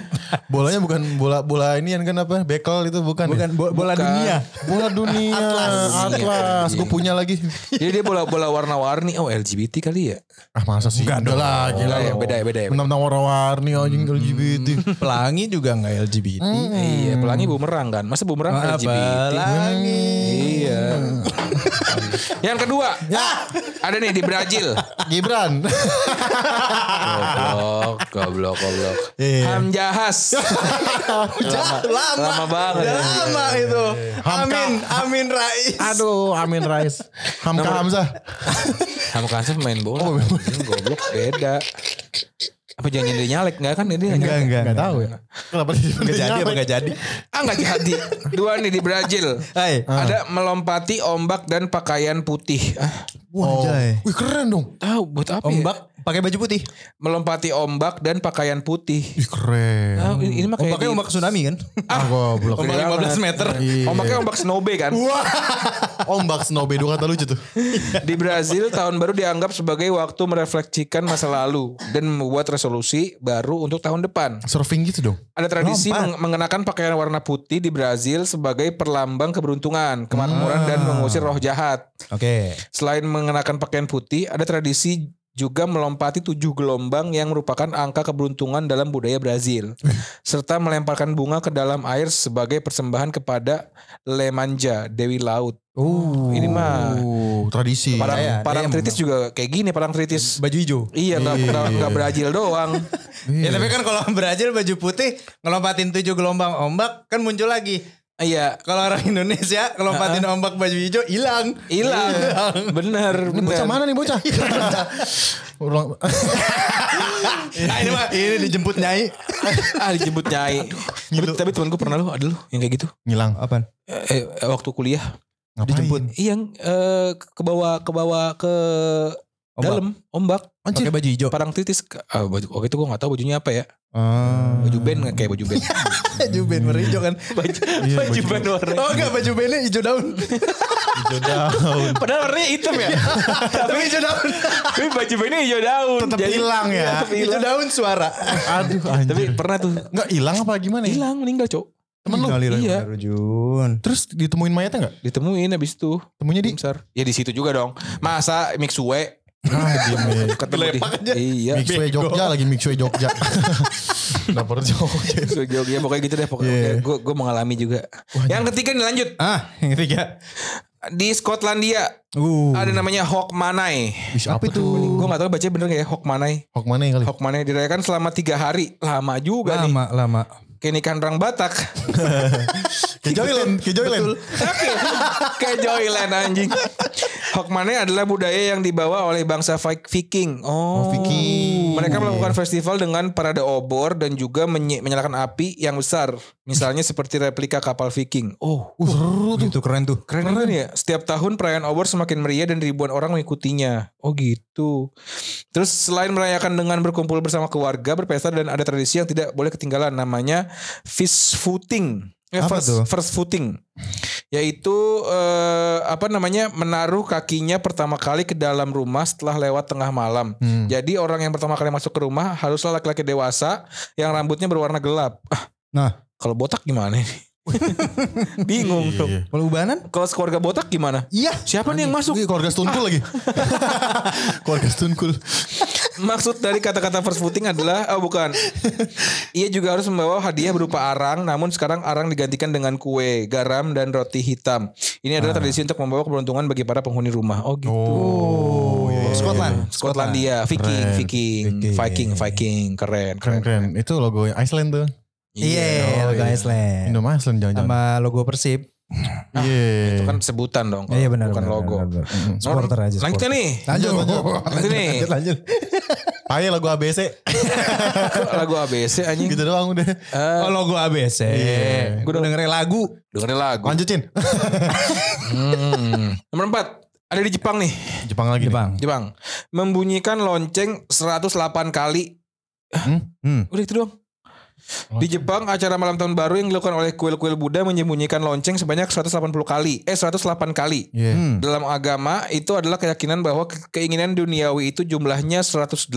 Speaker 1: Bolanya bukan bola bola ini kan apa? Bekel itu bukan. ya?
Speaker 3: Bukan bo- bola
Speaker 2: Bukan.
Speaker 3: dunia.
Speaker 1: Bola dunia.
Speaker 3: Atlas.
Speaker 1: Atlas. Gue punya lagi.
Speaker 2: Jadi dia bola bola warna-warni. Oh LGBT kali ya?
Speaker 1: Ah masa sih? Udah
Speaker 3: Enggak dong.
Speaker 1: lah, gila
Speaker 2: Beda ya,
Speaker 1: loh.
Speaker 2: beda ya, beda ya.
Speaker 1: Mentang-mentang warna-warni anjing LGBT.
Speaker 3: Pelangi juga nggak LGBT.
Speaker 1: Hmm.
Speaker 2: Iya, pelangi bumerang kan. Masa bumerang
Speaker 3: Hmm. Ah,
Speaker 2: LGBT?
Speaker 3: Pelangi.
Speaker 2: Iya. Yang kedua,
Speaker 3: Ya.
Speaker 2: ada nih di Brazil.
Speaker 1: Gibran.
Speaker 2: Goblok, goblok, goblok.
Speaker 1: Iya.
Speaker 2: Hamjahas.
Speaker 3: Udah lama. Ya.
Speaker 2: lama banget.
Speaker 3: Udah lama itu.
Speaker 1: Hamka.
Speaker 3: Amin, amin Rais.
Speaker 1: Aduh, Amin Rais. Hamka
Speaker 2: Nomor-
Speaker 1: Hamzah.
Speaker 2: Sama Kansas main bola.
Speaker 3: Oh,
Speaker 2: anjing, goblok beda. Apa jangan dia nyalek enggak kan dia nyalek.
Speaker 3: Enggak, enggak.
Speaker 1: Enggak tahu ya. Kenapa sih?
Speaker 3: Enggak jadi apa enggak jadi?
Speaker 2: Ah enggak jadi. Dua nih di Brazil.
Speaker 3: Hai.
Speaker 2: Ada melompati ombak dan pakaian putih. Ah,
Speaker 1: Wah,
Speaker 3: Anjay.
Speaker 1: Oh. Wih keren dong.
Speaker 2: tahu buat apa ya?
Speaker 3: Ombak Pakai baju putih.
Speaker 2: Melompati ombak dan pakaian putih.
Speaker 1: Ih keren.
Speaker 2: Ah, ini, ini mah kayak
Speaker 3: Hmm. Ombaknya
Speaker 2: di-
Speaker 3: ombak tsunami kan?
Speaker 1: Ah, goblok.
Speaker 3: Ombak 15 meter.
Speaker 1: Iya.
Speaker 2: Ombaknya ombak snowbay kan.
Speaker 1: Ombak snowbed dua kata lucu tuh.
Speaker 2: Di Brazil tahun baru dianggap sebagai waktu merefleksikan masa lalu dan membuat resolusi baru untuk tahun depan.
Speaker 1: Surfing gitu dong.
Speaker 2: Ada tradisi
Speaker 3: Lompat.
Speaker 2: meng- mengenakan pakaian warna putih di Brazil sebagai perlambang keberuntungan, kemakmuran dan mengusir roh jahat.
Speaker 3: Oke.
Speaker 2: Selain mengenakan pakaian putih, ada tradisi juga melompati tujuh gelombang yang merupakan angka keberuntungan dalam budaya Brazil, serta melemparkan bunga ke dalam air sebagai persembahan kepada Lemanja, Dewi Laut.
Speaker 3: Uh,
Speaker 2: Ini mah
Speaker 1: Uh, tradisi.
Speaker 2: Parang,
Speaker 3: iya,
Speaker 2: parang
Speaker 3: iya,
Speaker 2: tritis juga kayak gini, parang tritis.
Speaker 3: baju hijau.
Speaker 2: Iya, nggak
Speaker 1: Iya.
Speaker 2: nggak- nggak Brazil doang.
Speaker 3: Ya tapi kan kalau Brazil baju putih ngelompatin tujuh gelombang ombak kan muncul lagi.
Speaker 2: Iya,
Speaker 3: Kalau orang Indonesia ngelompatin ombak baju hijau hilang. Iya.
Speaker 2: hilang. Bener,
Speaker 1: Ini
Speaker 2: bener.
Speaker 1: bocah mana nih bocah? Ulang.
Speaker 3: Ah, ini mah ini dijemput nyai.
Speaker 2: ah dijemput nyai. tapi, tapi temen gue pernah lu, ada lu yang kayak gitu.
Speaker 1: Ngilang.
Speaker 3: Apaan?
Speaker 2: Eh, eh, waktu kuliah.
Speaker 1: Ngapain?
Speaker 3: Dijemput.
Speaker 2: Iya, yang eh, ke bawah ke bawah ke
Speaker 3: Ombak.
Speaker 2: dalam ombak.
Speaker 3: Pakai baju hijau.
Speaker 2: Parang titis. Ah, baju, waktu itu gue gak tahu bajunya apa ya.
Speaker 1: Ah,
Speaker 2: Baju band nggak kayak baju band.
Speaker 3: Baju band warna hijau kan.
Speaker 1: iya, baju
Speaker 3: warna. Oh enggak baju bandnya hijau daun.
Speaker 1: hijau daun.
Speaker 2: Padahal warnanya hitam ya.
Speaker 1: Iya.
Speaker 3: tapi hijau daun. iya,
Speaker 2: tapi baju bandnya hijau daun.
Speaker 1: Tetep
Speaker 2: Jadi-
Speaker 1: hilang ya.
Speaker 2: Tetep
Speaker 3: hijau
Speaker 2: hilang.
Speaker 3: daun suara.
Speaker 1: Aduh anjir.
Speaker 2: Tapi pernah tuh.
Speaker 1: Nggak hilang apa gimana ya?
Speaker 2: Hilang, meninggal cok.
Speaker 1: Temen lu?
Speaker 2: Iya.
Speaker 3: Jun.
Speaker 1: Terus ditemuin mayatnya gak?
Speaker 2: Ditemuin abis itu.
Speaker 1: Temunya di
Speaker 2: Timsar. Ya di situ juga dong. Masa mixue
Speaker 1: Ah, di
Speaker 2: ketemu di.
Speaker 3: Gelepak aja.
Speaker 2: Iya.
Speaker 1: Mixway Jogja lagi Mixway Jogja. Dapur Jogja.
Speaker 2: Jogja pokoknya gitu
Speaker 1: Iya.
Speaker 2: deh pokoknya. Gue gue mengalami juga. Yang ketiga nih lanjut
Speaker 3: Ah, yang ketiga.
Speaker 2: di Skotlandia
Speaker 3: Uh.
Speaker 2: ada namanya Hogmanay.
Speaker 1: Apa itu?
Speaker 2: Gue gak tahu bacanya bener gak ya Hogmanay.
Speaker 1: Hok mana kali?
Speaker 2: Hogmanay dirayakan selama tiga hari. Lama juga nih.
Speaker 3: Lama, lama.
Speaker 2: Kayak nikahan orang Batak.
Speaker 1: Ke Joyland, ke Joyland.
Speaker 2: Kayak Joyland anjing. Hogmanay adalah budaya yang dibawa oleh bangsa Vi- Viking. Oh,
Speaker 1: Viking.
Speaker 2: Mereka melakukan festival dengan parade obor dan juga menye- menyalakan api yang besar. Misalnya seperti replika kapal Viking. Oh,
Speaker 1: Uh, seru tuh.
Speaker 3: Itu keren tuh.
Speaker 2: Keren, juga nih ya. Setiap tahun perayaan obor semakin meriah dan ribuan orang mengikutinya. Oh gitu. Terus selain merayakan dengan berkumpul bersama keluarga, berpesta dan ada tradisi yang tidak boleh ketinggalan namanya fish footing. Eh,
Speaker 3: Apa
Speaker 2: first,
Speaker 3: tuh?
Speaker 2: first footing. Yaitu eh, apa namanya? menaruh kakinya pertama kali ke dalam rumah setelah lewat tengah malam.
Speaker 1: Hmm.
Speaker 2: Jadi orang yang pertama kali masuk ke rumah haruslah laki-laki dewasa yang rambutnya berwarna gelap. Ah,
Speaker 3: Nah.
Speaker 2: kalau botak gimana? nih? Bingung dong.
Speaker 1: Iya.
Speaker 3: Kalau ubanan?
Speaker 2: Kalau keluarga botak gimana?
Speaker 3: Iya.
Speaker 2: Siapa nih yang masuk?
Speaker 1: Wih, keluarga Stunkul lagi. keluarga Stunkul.
Speaker 2: Maksud dari kata-kata first footing adalah oh bukan. Ia juga harus membawa hadiah berupa arang, namun sekarang arang digantikan dengan kue, garam dan roti hitam. Ini
Speaker 3: Ah.
Speaker 2: adalah tradisi untuk membawa keberuntungan bagi para penghuni rumah. Oh gitu.
Speaker 1: Oh, iya, iya, iya.
Speaker 3: Scotland.
Speaker 2: Skotlandia, Viking,
Speaker 1: Keren.
Speaker 2: Viking,
Speaker 3: Viking.
Speaker 2: Viking, Viking, keren,
Speaker 1: Keren
Speaker 2: keren. Oh,
Speaker 1: keren. Itu logo Iceland tuh.
Speaker 3: Iya, logo Iceland.
Speaker 1: Indo Iceland jangan-jangan.
Speaker 3: Sama logo Persib.
Speaker 1: Iya.
Speaker 2: Itu kan sebutan dong, kalau
Speaker 3: Iya benar.
Speaker 2: bukan
Speaker 3: benar,
Speaker 2: logo.
Speaker 3: benar, benar. Supporter aja.
Speaker 2: Lanjutnya
Speaker 3: supporter.
Speaker 2: nih,
Speaker 3: Lanjut, lanjut.
Speaker 2: Lanjut nih.
Speaker 3: Lanjut, lanjut.
Speaker 1: Ayo lagu ABC.
Speaker 2: lagu ABC anjing.
Speaker 1: gitu doang udah.
Speaker 2: Eh,
Speaker 3: Oh logo ABC.
Speaker 1: Iya.
Speaker 3: Gue dengerin lagu.
Speaker 2: dengerin lagu.
Speaker 1: Lanjutin.
Speaker 2: Hmm. Nomor empat, ada di Jepang nih.
Speaker 1: Eh, Jepang lagi. nih.
Speaker 3: Jepang.
Speaker 2: Jepang membunyikan lonceng 108 kali.
Speaker 3: Hmm.
Speaker 2: Udah itu doang. Di Jepang acara malam tahun baru yang dilakukan oleh kuil-kuil Buddha menyembunyikan lonceng sebanyak 180 kali. Eh 108 kali.
Speaker 1: Iya.
Speaker 3: Hmm.
Speaker 2: Dalam agama itu adalah keyakinan bahwa ke- keinginan duniawi itu jumlahnya 108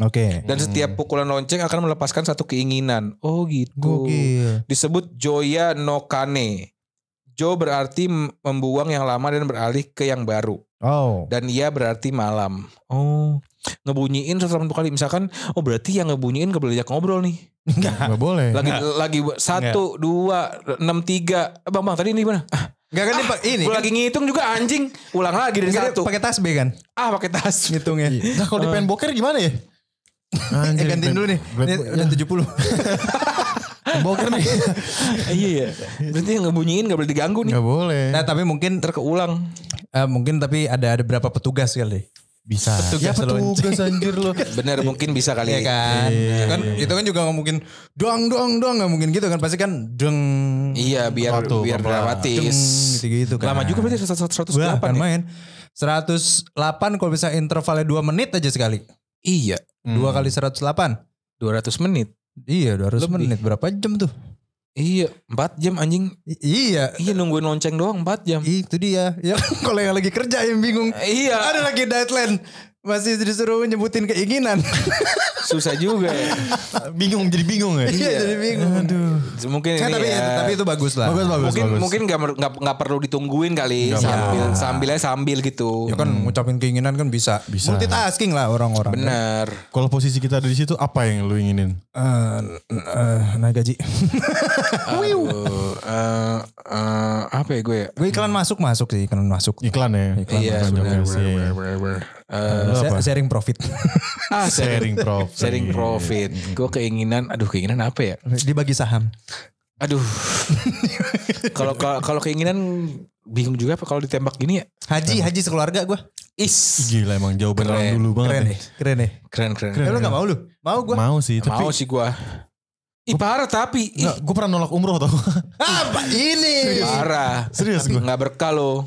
Speaker 3: Oke.
Speaker 2: dan setiap pukulan lonceng akan melepaskan satu keinginan. Oh gitu.
Speaker 3: Gokil.
Speaker 2: Disebut Joya no Kane. Jo berarti m- membuang yang lama dan beralih ke yang baru
Speaker 3: Oh.
Speaker 2: dan ia berarti malam. Oh, ngebunyiin 180 kali misalkan oh berarti yang ngebunyiin kebeljak ngobrol nih.
Speaker 1: Gak boleh.
Speaker 2: Lagi
Speaker 3: Iya.
Speaker 2: lagi satu dua enam tiga. Eh, Bang bang tadi ini gimana? Ah,
Speaker 3: Enggak kan dia pa- ini
Speaker 2: gue
Speaker 3: kan-
Speaker 2: lagi ngitung juga anjing. Ulang lagi dari
Speaker 3: kan dia
Speaker 2: satu. Iya.
Speaker 3: pakai tasbih kan
Speaker 2: Ah pakai tas.
Speaker 3: ngitungnya.
Speaker 1: Nah kalau di pengen boker gimana ya?
Speaker 3: Eh
Speaker 1: Anjir,
Speaker 3: gantiin
Speaker 1: pengen-
Speaker 3: dulu nih.
Speaker 1: pengen
Speaker 3: Ini udah 70.
Speaker 1: Boker nih.
Speaker 2: iya ya. Berarti yang ngebunyiin gak boleh diganggu nih.
Speaker 1: Gak boleh.
Speaker 3: Nah, tapi mungkin
Speaker 2: Ntar keulang.
Speaker 3: eh, mungkin tapi ada ada berapa petugas kali.
Speaker 1: Bisa. Ya,
Speaker 3: Petugas
Speaker 1: petugas
Speaker 3: lonceng.
Speaker 1: anjir lo.
Speaker 2: Bener mungkin bisa kali.
Speaker 3: Iya kan? kan itu kan juga nggak mungkin doang doang doang nggak mungkin gitu kan pasti kan deng
Speaker 2: Iya biar
Speaker 1: Satu,
Speaker 2: biar
Speaker 1: pelan-pelan.
Speaker 2: dramatis.
Speaker 3: gitu gitu kan.
Speaker 2: Lama juga berarti 100 108
Speaker 3: Wah, kan
Speaker 2: ya.
Speaker 3: main. 108 kalau bisa intervalnya 2 menit aja sekali.
Speaker 2: Iya,
Speaker 3: Dua kali 108.
Speaker 2: 200 menit.
Speaker 3: Iya, 200
Speaker 2: Lebih.
Speaker 3: menit. Berapa jam tuh?
Speaker 2: Iya, 4 jam anjing.
Speaker 3: I- iya.
Speaker 2: Iya nungguin lonceng doang 4 jam.
Speaker 3: Itu dia. Ya kalau yang lagi kerja yang bingung.
Speaker 2: Iya,
Speaker 3: Ada lagi deadline. Masih disuruh nyebutin keinginan.
Speaker 2: susah juga ya.
Speaker 1: bingung jadi bingung ya.
Speaker 3: Iya, jadi bingung.
Speaker 1: Aduh.
Speaker 2: Mungkin
Speaker 3: Kan
Speaker 2: ini
Speaker 3: tapi
Speaker 2: ya.
Speaker 3: tapi itu bagus lah.
Speaker 1: Bagus bagus
Speaker 2: mungkin
Speaker 1: bagus.
Speaker 2: mungkin nggak mer- nggak nggak perlu ditungguin kali
Speaker 1: Nggak Nah.
Speaker 2: sambil sambilnya sambil gitu
Speaker 3: Ya kan ngucapin keinginan kan bisa.
Speaker 1: Bisa.
Speaker 3: Multitasking lah orang-orang.
Speaker 2: bener
Speaker 1: Kalau posisi kita ada di situ apa yang lu inginin?
Speaker 3: Eh, eh, naik gaji.
Speaker 2: Aduh, eh, eh, apa ya gue ya?
Speaker 3: Gue iklan masuk masuk sih iklan masuk.
Speaker 1: Iklan ya. Iklan
Speaker 2: iya
Speaker 1: masuk
Speaker 2: benar
Speaker 1: ke
Speaker 2: benar
Speaker 1: sih.
Speaker 2: benar benar benar Eh,
Speaker 1: Lu apa?
Speaker 3: Sa- Sharing profit.
Speaker 2: ah sharing
Speaker 1: Sharing profit.
Speaker 2: sharing profit gue keinginan aduh keinginan apa ya
Speaker 3: Dibagi saham.
Speaker 2: aduh kalau kalau kalau keinginan bingung juga apa kalau ditembak gini ya
Speaker 3: Haji, haji sekeluarga gue.
Speaker 2: is
Speaker 1: Gila emang jawaban
Speaker 2: Keren.
Speaker 1: orang dulu banget. ya.
Speaker 3: Keren nih, keren nih.
Speaker 2: keren keren,
Speaker 1: Keren.
Speaker 3: Eh, lu gak mau lu? Mau gue.
Speaker 1: Mau sih, tapi
Speaker 2: mau sih gue Ih parah tapi Ih,
Speaker 1: gue pernah nolak umroh tau.
Speaker 3: Hmm. Apa ini?
Speaker 2: parah
Speaker 1: Serius gue.
Speaker 2: nggak berkah lo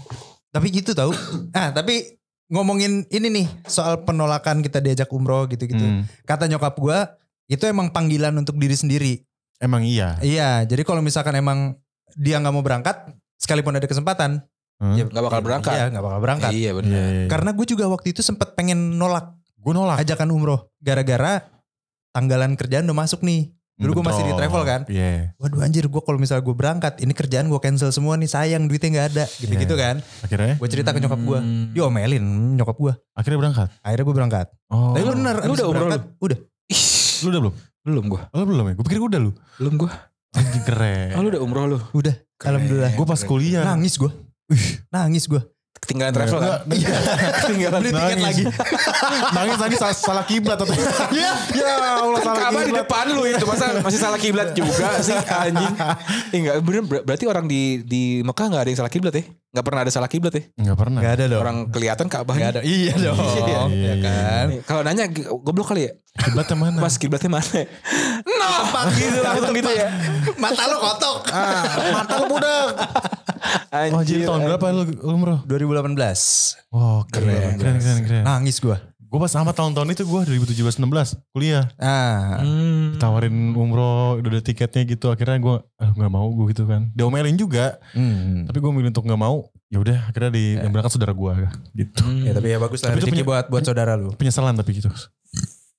Speaker 3: Tapi gitu tau. Ah, tapi ngomongin ini nih soal penolakan kita diajak umroh gitu-gitu.
Speaker 1: Hmm.
Speaker 3: Kata nyokap gue itu emang panggilan untuk diri sendiri.
Speaker 1: Emang iya.
Speaker 3: Iya, jadi kalau misalkan emang dia nggak mau berangkat, sekalipun ada kesempatan,
Speaker 1: Hmm.
Speaker 3: ya,
Speaker 2: Nggak bakal berangkat.
Speaker 3: Iya, nggak bakal berangkat.
Speaker 2: iya
Speaker 1: Iya,
Speaker 2: benar
Speaker 1: iya.
Speaker 3: Karena gue juga waktu itu sempat pengen nolak
Speaker 1: gue nolak.
Speaker 3: ajakan umroh, gara-gara tanggalan kerjaan udah masuk nih. Dulu gue masih di
Speaker 1: Betul.
Speaker 3: travel kan.
Speaker 1: Iya.
Speaker 3: Waduh anjir gue kalau misalnya gue berangkat ini kerjaan gue cancel semua nih sayang duitnya nggak ada
Speaker 1: Iya.
Speaker 3: gitu-gitu kan.
Speaker 1: Akhirnya?
Speaker 3: Gue cerita ke nyokap gue,
Speaker 2: Hmm.
Speaker 3: diomelin hmm, nyokap gue.
Speaker 1: Akhirnya berangkat.
Speaker 3: Akhirnya gue berangkat.
Speaker 1: Oh.
Speaker 3: Tapi bener,
Speaker 2: Lu
Speaker 3: abis
Speaker 2: udah umroh
Speaker 3: berangkat, udah.
Speaker 1: Lu udah belum?
Speaker 2: belum gue
Speaker 1: Oh, lu belum ya? Gue pikir udah lu.
Speaker 2: belum gue
Speaker 1: Anjing keren.
Speaker 2: Oh, lu udah umroh lu?
Speaker 3: Udah, Nah, alhamdulillah. Iya.
Speaker 1: Gue pas kuliah.
Speaker 3: Nangis gue. Nangis gue.
Speaker 2: Ketinggalan travel kan?
Speaker 3: Iya.
Speaker 2: Ketinggalan.
Speaker 3: Beli tiket
Speaker 1: Nangis.
Speaker 3: lagi.
Speaker 1: Nangis tadi salah, salah kiblat atau
Speaker 3: Ya, ya Allah
Speaker 2: Kan
Speaker 3: salah
Speaker 2: kabar di
Speaker 3: kiblat.
Speaker 2: depan lu itu masa masih salah kiblat juga sih anjing. Eh enggak bener ber- berarti orang di di Mekah enggak ada yang salah kiblat ya? Enggak pernah ada salah kiblat ya?
Speaker 1: Enggak pernah.
Speaker 3: Gak ada dong.
Speaker 2: Orang kelihatan Ka'bah.
Speaker 3: Gak ada. Iya dong.
Speaker 1: Iya, iya,
Speaker 3: ya
Speaker 1: iya.
Speaker 3: kan.
Speaker 2: Kalau nanya g- goblok kali ya?
Speaker 1: Kiblatnya mana?
Speaker 2: Mas kiblatnya mana? No, gitu langsung gitu ya.
Speaker 3: Mata lo kotok.
Speaker 1: Ah, mata lu budak.
Speaker 2: Anjir.
Speaker 1: Oh jadi tahun berapa lu umroh?
Speaker 3: 2018.
Speaker 1: Wow keren. Keren keren keren.
Speaker 3: Nangis gue.
Speaker 1: Gue pas sama tahun-tahun itu gue 2017-16 kuliah.
Speaker 3: Ah.
Speaker 2: Hmm.
Speaker 1: Tawarin umroh udah ada tiketnya gitu. Akhirnya gue nggak mau gue gitu kan. Diomelin juga.
Speaker 3: Hmm.
Speaker 1: Tapi gue milih untuk nggak mau. Ya udah akhirnya di
Speaker 2: Iya.
Speaker 1: yang berangkat saudara gue gitu.
Speaker 2: Hmm.
Speaker 3: Ya tapi ya bagus lah
Speaker 1: Tapi itu
Speaker 3: rezeki
Speaker 1: punya-
Speaker 3: buat buat saudara lu.
Speaker 1: Penyesalan tapi gitu.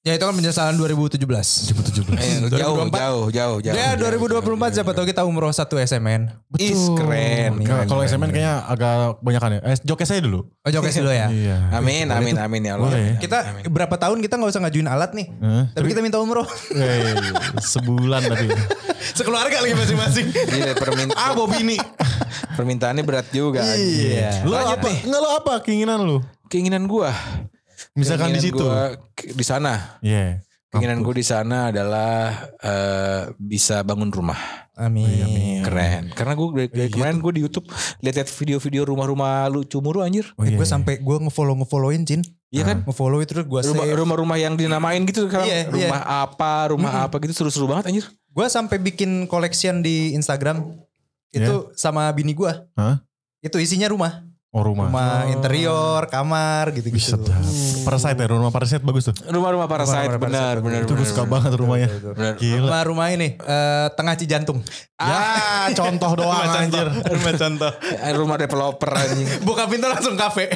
Speaker 3: Ya itu kan penyesalan 2017.
Speaker 1: 2017.
Speaker 3: Iya,
Speaker 2: Eh, jauh, jauh, jauh, jauh.
Speaker 3: Ya 2024 siapa tahu kita umroh satu SMN.
Speaker 2: Is keren.
Speaker 3: Iya,
Speaker 1: Nggak, Kalau SMN kayaknya agak kebanyakan ya. Eh, joket saya dulu.
Speaker 3: Oh jokes dulu ya.
Speaker 1: Iya.
Speaker 2: Amin, amin, amin ya Allah.
Speaker 1: Boleh ya?
Speaker 2: Amin,
Speaker 3: Kita
Speaker 2: amin.
Speaker 3: berapa tahun kita nggak usah ngajuin alat nih.
Speaker 1: Hah?
Speaker 3: Tapi kita minta umroh.
Speaker 1: Eh, sebulan tapi.
Speaker 3: Sekeluarga lagi masing-masing.
Speaker 2: Gila, permintaan.
Speaker 1: ah, Bobby ini.
Speaker 2: Iya, Permintaannya berat juga. anjing.
Speaker 3: Iya.
Speaker 1: Lo apa? Enggak lo apa keinginan lu?
Speaker 2: Keinginan gua.
Speaker 1: Misalkan di
Speaker 2: Keinginan
Speaker 1: situ.
Speaker 2: gua ke- di sana.
Speaker 1: Iya.
Speaker 2: Keinginan gua di sana adalah eh, bisa bangun rumah.
Speaker 3: Amin.
Speaker 2: Keren. Karena gua dari, dari kemarin gua di YouTube lihat-lihat video-video rumah-rumah lucu muru anjir.
Speaker 1: Oh, iya.
Speaker 3: Gue Eh, sampai gue ngefollow ngefollowin Cin.
Speaker 2: Iya kan?
Speaker 3: Ngefollow itu terus gue
Speaker 2: Rumah-
Speaker 3: save.
Speaker 2: Rumah-rumah yang dinamain gitu sekarang
Speaker 3: Iya, iya.
Speaker 2: rumah apa, rumah apa gitu seru-seru banget anjir.
Speaker 3: Gue sampai bikin collection di Instagram. Itu sama bini gue.
Speaker 1: Hah?
Speaker 3: Itu isinya rumah.
Speaker 1: Oh, rumah.
Speaker 3: Rumah interior, kamar gitu-gitu.
Speaker 1: Bisa dah.
Speaker 2: Hmm.
Speaker 1: Parasite ya, rumah parasite bagus tuh.
Speaker 2: Rumah-rumah parasite
Speaker 3: Rumah-rumah
Speaker 2: benar,
Speaker 3: parasite.
Speaker 2: benar.
Speaker 1: Itu gue
Speaker 2: benar,
Speaker 1: suka
Speaker 2: benar.
Speaker 1: banget rumahnya.
Speaker 2: Benar.
Speaker 1: Gila.
Speaker 3: Rumah-rumah ini eh, tengah Cijantung. Ah.
Speaker 1: Ya, contoh doang anjir.
Speaker 3: Rumah contoh.
Speaker 2: Eh, Rumah developer anjing.
Speaker 3: Buka pintu langsung kafe.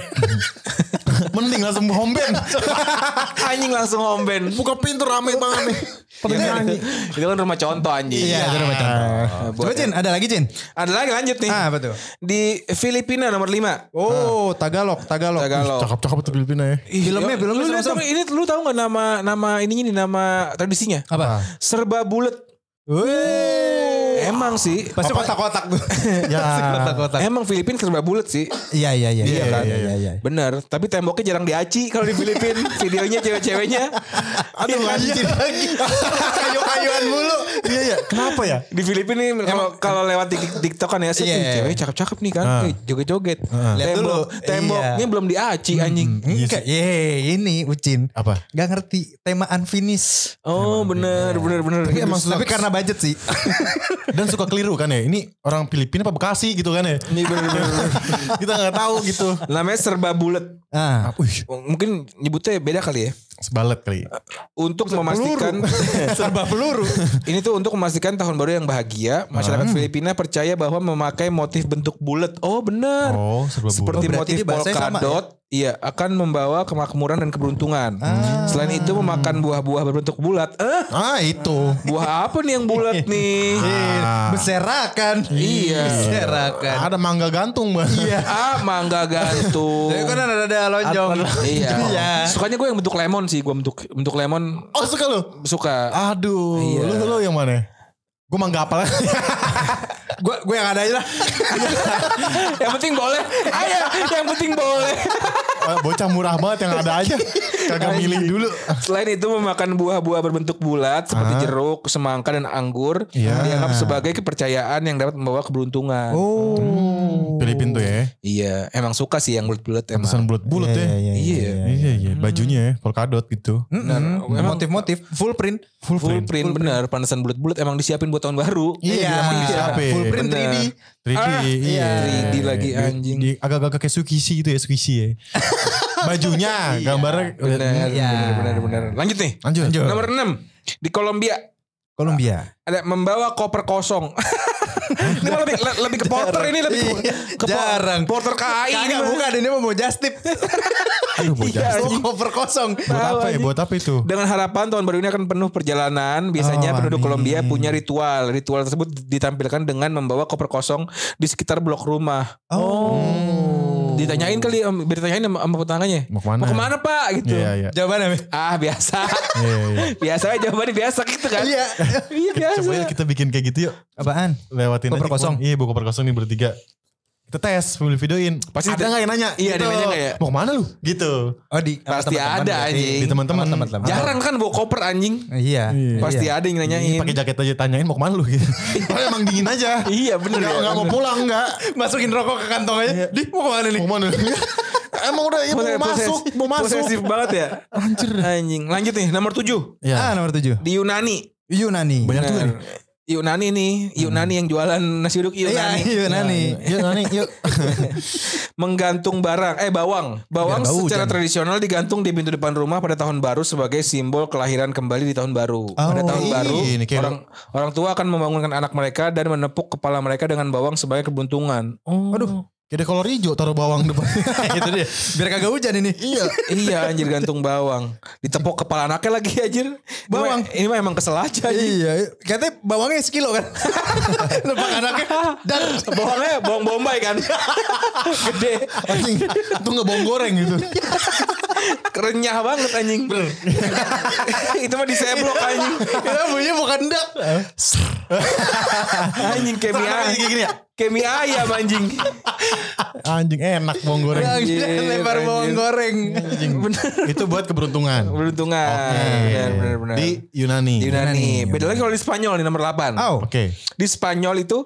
Speaker 1: Mending langsung homben.
Speaker 2: anjing langsung omben.
Speaker 1: Buka pintu rame banget nih.
Speaker 2: Iya, itu- itu kan rumah contoh anjing.
Speaker 3: Iya, itu rumah contoh.
Speaker 2: Nah, buat-
Speaker 3: Coba Cin, ada lagi Cin.
Speaker 2: Ada lagi lanjut nih.
Speaker 3: Ah, betul.
Speaker 2: Di Filipina nomor 5.
Speaker 3: Oh, Tagalog, Tagalog.
Speaker 2: Tagalog.
Speaker 1: Cakep-cakep tuh Filipina ya.
Speaker 3: Filmnya,
Speaker 2: Yo,
Speaker 3: filmnya
Speaker 2: lu lihat
Speaker 3: sama-sama.
Speaker 2: tapi ini lu tahu nggak nama nama ininya nih nama tradisinya?
Speaker 3: Apa?
Speaker 2: Serba bulat.
Speaker 3: Wih.
Speaker 2: Emang sih.
Speaker 3: Pasti kotak-kotak tuh.
Speaker 1: Ya.
Speaker 3: Pasti kotak-kotak.
Speaker 2: Emang Filipina serba bulat sih.
Speaker 3: Iya, iya, iya. Iya,
Speaker 1: kan?
Speaker 3: iya, iya.
Speaker 2: Bener, tapi temboknya jarang diaci kalau di Filipina. Videonya cewek-ceweknya. Iya kan? Aduh,
Speaker 3: lagi. Kayu-kayuan mulu.
Speaker 1: Iya, iya. Kenapa ya?
Speaker 2: Di Filipina nih kalau kalau lewat di TikTok kan ya sih
Speaker 3: Iya. Ah.
Speaker 2: "Ih, cewek cakep-cakep nih kan,
Speaker 1: Ah.
Speaker 2: Ih, joget-joget.
Speaker 3: Lihat dulu. Iya. Hmm.
Speaker 2: Tembok, temboknya belum diaci anjing.
Speaker 3: Enggak, ye, ini Ucin.
Speaker 1: Apa?
Speaker 3: Gak ngerti tema unfinished. iya.
Speaker 2: Oh, bener, bener, bener.
Speaker 3: Tapi, emang tapi karena budget sih.
Speaker 1: dan suka keliru kan ya. Ini orang Filipina apa Bekasi gitu kan ya.
Speaker 2: Ini bener-bener.
Speaker 1: Kita nggak tahu gitu.
Speaker 2: Namanya serba bulat. Oh,
Speaker 3: Ah,
Speaker 1: Wih,
Speaker 2: Mungkin nyebutnya beda kali ya.
Speaker 1: sebalet kali.
Speaker 2: Untuk memastikan
Speaker 1: Serba peluru.
Speaker 2: ini tuh untuk memastikan tahun baru yang bahagia, masyarakat
Speaker 3: Hmm.
Speaker 2: Filipina percaya bahwa memakai motif bentuk bulat. Oh, benar.
Speaker 1: Oh, serba
Speaker 2: Seperti
Speaker 3: Oh, berarti
Speaker 2: motif
Speaker 3: ini bahasanya sama ya?
Speaker 2: polkadot, iya akan membawa kemakmuran dan keberuntungan.
Speaker 3: Ah.
Speaker 2: Selain itu memakan buah-buah berbentuk bulat. Eh,
Speaker 1: Ah, itu.
Speaker 2: buah apa nih yang bulat nih?
Speaker 1: Ah.
Speaker 3: beserakan.
Speaker 2: Iya.
Speaker 3: Beserakan.
Speaker 1: Ada mangga gantung bang. Iya.
Speaker 2: Ah, mangga gantung.
Speaker 3: Tapi kan ada ada lonjong.
Speaker 2: Ah. iya.
Speaker 3: Iya.
Speaker 2: Sukanya gue yang bentuk lemon sih, gue bentuk bentuk lemon
Speaker 1: Oh suka lu?
Speaker 2: suka.
Speaker 1: Aduh.
Speaker 2: Iya.
Speaker 1: Lu, lu yang mana? Gue mangga apa lagi?
Speaker 3: Gue gue yang ada aja lah.
Speaker 2: yang penting boleh. Ayo, yang penting boleh.
Speaker 1: Bocah murah banget yang ada aja. Kagak milih dulu.
Speaker 2: Selain itu memakan buah-buah berbentuk bulat seperti jeruk, semangka dan anggur
Speaker 1: Iya.
Speaker 2: dianggap sebagai kepercayaan yang dapat membawa keberuntungan.
Speaker 3: Oh.
Speaker 1: Filipin tuh ya.
Speaker 2: Iya, emang suka sih yang bulat-bulat emang.
Speaker 1: Pesan bulat-bulat ya.
Speaker 3: Iya.
Speaker 2: Iya. Hmm.
Speaker 1: Iya iya. Bajunya ya. Polkadot gitu.
Speaker 3: Benar. Motif-motif full print.
Speaker 1: Full,
Speaker 2: Full print bener, pantesan bulat-bulat emang disiapin buat tahun baru.
Speaker 1: Iya. Disiapin.
Speaker 3: Full print 3D.
Speaker 2: Bener.
Speaker 1: 3D,
Speaker 2: Ah,
Speaker 1: iya.
Speaker 2: 3D lagi,
Speaker 1: Di-
Speaker 2: anjing.
Speaker 1: di- Agak-agak kayak Tsukisi gitu ya, Tsukisi ya. Bajunya, gambarnya.
Speaker 2: Iya, Bener,
Speaker 3: Iya.
Speaker 2: bener, bener, bener. Lanjut nih.
Speaker 1: Lanjut.
Speaker 2: Nomor 6 di Kolombia
Speaker 3: Kolombia.
Speaker 2: ada membawa koper kosong. ini malah lebih, le- lebih ke porter ini lebih ke,
Speaker 1: Iya,
Speaker 2: ke por-
Speaker 3: Iya. Jarang.
Speaker 2: porter KAI ini.
Speaker 3: Kagak
Speaker 2: mah.
Speaker 3: bukan ini mah mau just tip.
Speaker 1: Aduh, bocah.
Speaker 2: Iya.
Speaker 3: Mau cover kosong.
Speaker 1: Buat apa ya, buat apa itu?
Speaker 2: Dengan harapan tahun baru ini akan penuh perjalanan. Biasanya
Speaker 1: Oh,
Speaker 2: penduduk
Speaker 1: amin.
Speaker 2: Kolombia punya ritual. Ritual tersebut ditampilkan dengan membawa koper kosong di sekitar blok rumah.
Speaker 3: Oh.
Speaker 2: Ditanyain kali, em, ditanyain sama, sama tetangganya.
Speaker 1: Mau kemana?
Speaker 2: Mau kemana pak? Gitu.
Speaker 1: Iya, iya.
Speaker 3: Jawabannya. Mi?
Speaker 2: Ah biasa.
Speaker 1: Iya, iya.
Speaker 2: biasa jawabannya biasa gitu kan.
Speaker 3: Iya.
Speaker 2: Iya biasa.
Speaker 1: Coba ya kita bikin kayak gitu yuk.
Speaker 3: Apaan?
Speaker 1: Lewatin
Speaker 3: Koper
Speaker 1: aja.
Speaker 3: kosong.
Speaker 1: Iya, buku koper kosong nih bertiga. Kita tes, boleh videoin.
Speaker 2: Pasti
Speaker 1: ada
Speaker 2: ada-
Speaker 1: nggak yang nanya?
Speaker 2: Iya, ada yang nanya nggak ya? Iya,
Speaker 1: Mau kemana lu? Gitu.
Speaker 3: Oh di
Speaker 2: Pasti
Speaker 3: teman-teman
Speaker 2: ada,
Speaker 3: berarti.
Speaker 2: anjing.
Speaker 1: Di teman-teman.
Speaker 3: Teman-teman.
Speaker 2: Jarang kan bawa koper anjing.
Speaker 3: Iya.
Speaker 1: Iya.
Speaker 2: Pasti ada yang
Speaker 1: Ini
Speaker 2: nanyain.
Speaker 1: pakai jaket aja tanyain mau kemana lu gitu. Padahal emang dingin aja.
Speaker 2: Iya bener.
Speaker 1: Nggak,
Speaker 2: ya,
Speaker 1: nggak mau
Speaker 2: bener.
Speaker 1: pulang nggak.
Speaker 3: Masukin rokok ke kantong aja. Di mau kemana nih? iya,
Speaker 1: Mau kemana? emang udah ya,
Speaker 2: Posesif-
Speaker 1: mau masuk, mau masuk.
Speaker 2: Posesif banget ya. Anjir. Anjing. Lanjut nih nomor 7
Speaker 1: Ya.
Speaker 3: Ah nomor tujuh.
Speaker 2: di Yunani.
Speaker 3: Yunani.
Speaker 1: Banyak tuh. Hmm.
Speaker 2: Bener. Yunani nih, Yunani yang jualan nasi uduk
Speaker 3: Iya
Speaker 2: Yunani.
Speaker 3: Yunani.
Speaker 1: Yuk Nani, yuk.
Speaker 2: Menggantung barang,
Speaker 1: Iya,
Speaker 2: eh bawang. Bawang
Speaker 3: Biar bau,
Speaker 2: secara
Speaker 3: jangan.
Speaker 2: tradisional digantung di pintu depan rumah pada tahun baru sebagai simbol kelahiran kembali di tahun baru. pada tahun
Speaker 1: iya,
Speaker 2: baru,
Speaker 1: ini kayak-
Speaker 2: orang orang tua akan membangunkan anak mereka dan menepuk kepala mereka dengan bawang sebagai keberuntungan. Oh.
Speaker 1: Aduh. Kayak ada kolor hijau taruh bawang depan.
Speaker 3: Itu dia. Biar kagak hujan ini. Iya.
Speaker 2: iya anjir gantung bawang. Ditepuk kepala anaknya lagi anjir. Ini mah-
Speaker 3: Bawang.
Speaker 2: Ini mah emang kesel aja anjing.
Speaker 3: Iya, katanya bawangnya sekilo kan. Lebak anaknya dan
Speaker 2: Bawangnya bawang bombay kan. Gede.
Speaker 1: Anjing, itu nggak bawang goreng gitu.
Speaker 3: Iya.
Speaker 2: Renyah banget anjing. Itu mah diseblok anjing.
Speaker 3: ya bunyinya bukan dak.
Speaker 2: Anjing kayak mie
Speaker 1: Kenapa jadi
Speaker 2: ayam.
Speaker 1: kayak gini ya?
Speaker 2: Kayak mie ayam anjing.
Speaker 1: Anjing enak bawang goreng.
Speaker 3: Anjir,
Speaker 2: Anjir,
Speaker 3: lebar bawang
Speaker 2: anjir.
Speaker 3: goreng.
Speaker 1: Anjing. Itu buat keberuntungan. Nah,
Speaker 2: Beruntungan.
Speaker 3: iya,
Speaker 2: Benar benar benar.
Speaker 1: Di Yunani.
Speaker 2: Iya, Di Yunani. Beda lagi kalau di Spanyol nih nomor 8.
Speaker 1: Oh. Oke.
Speaker 2: Di Spanyol itu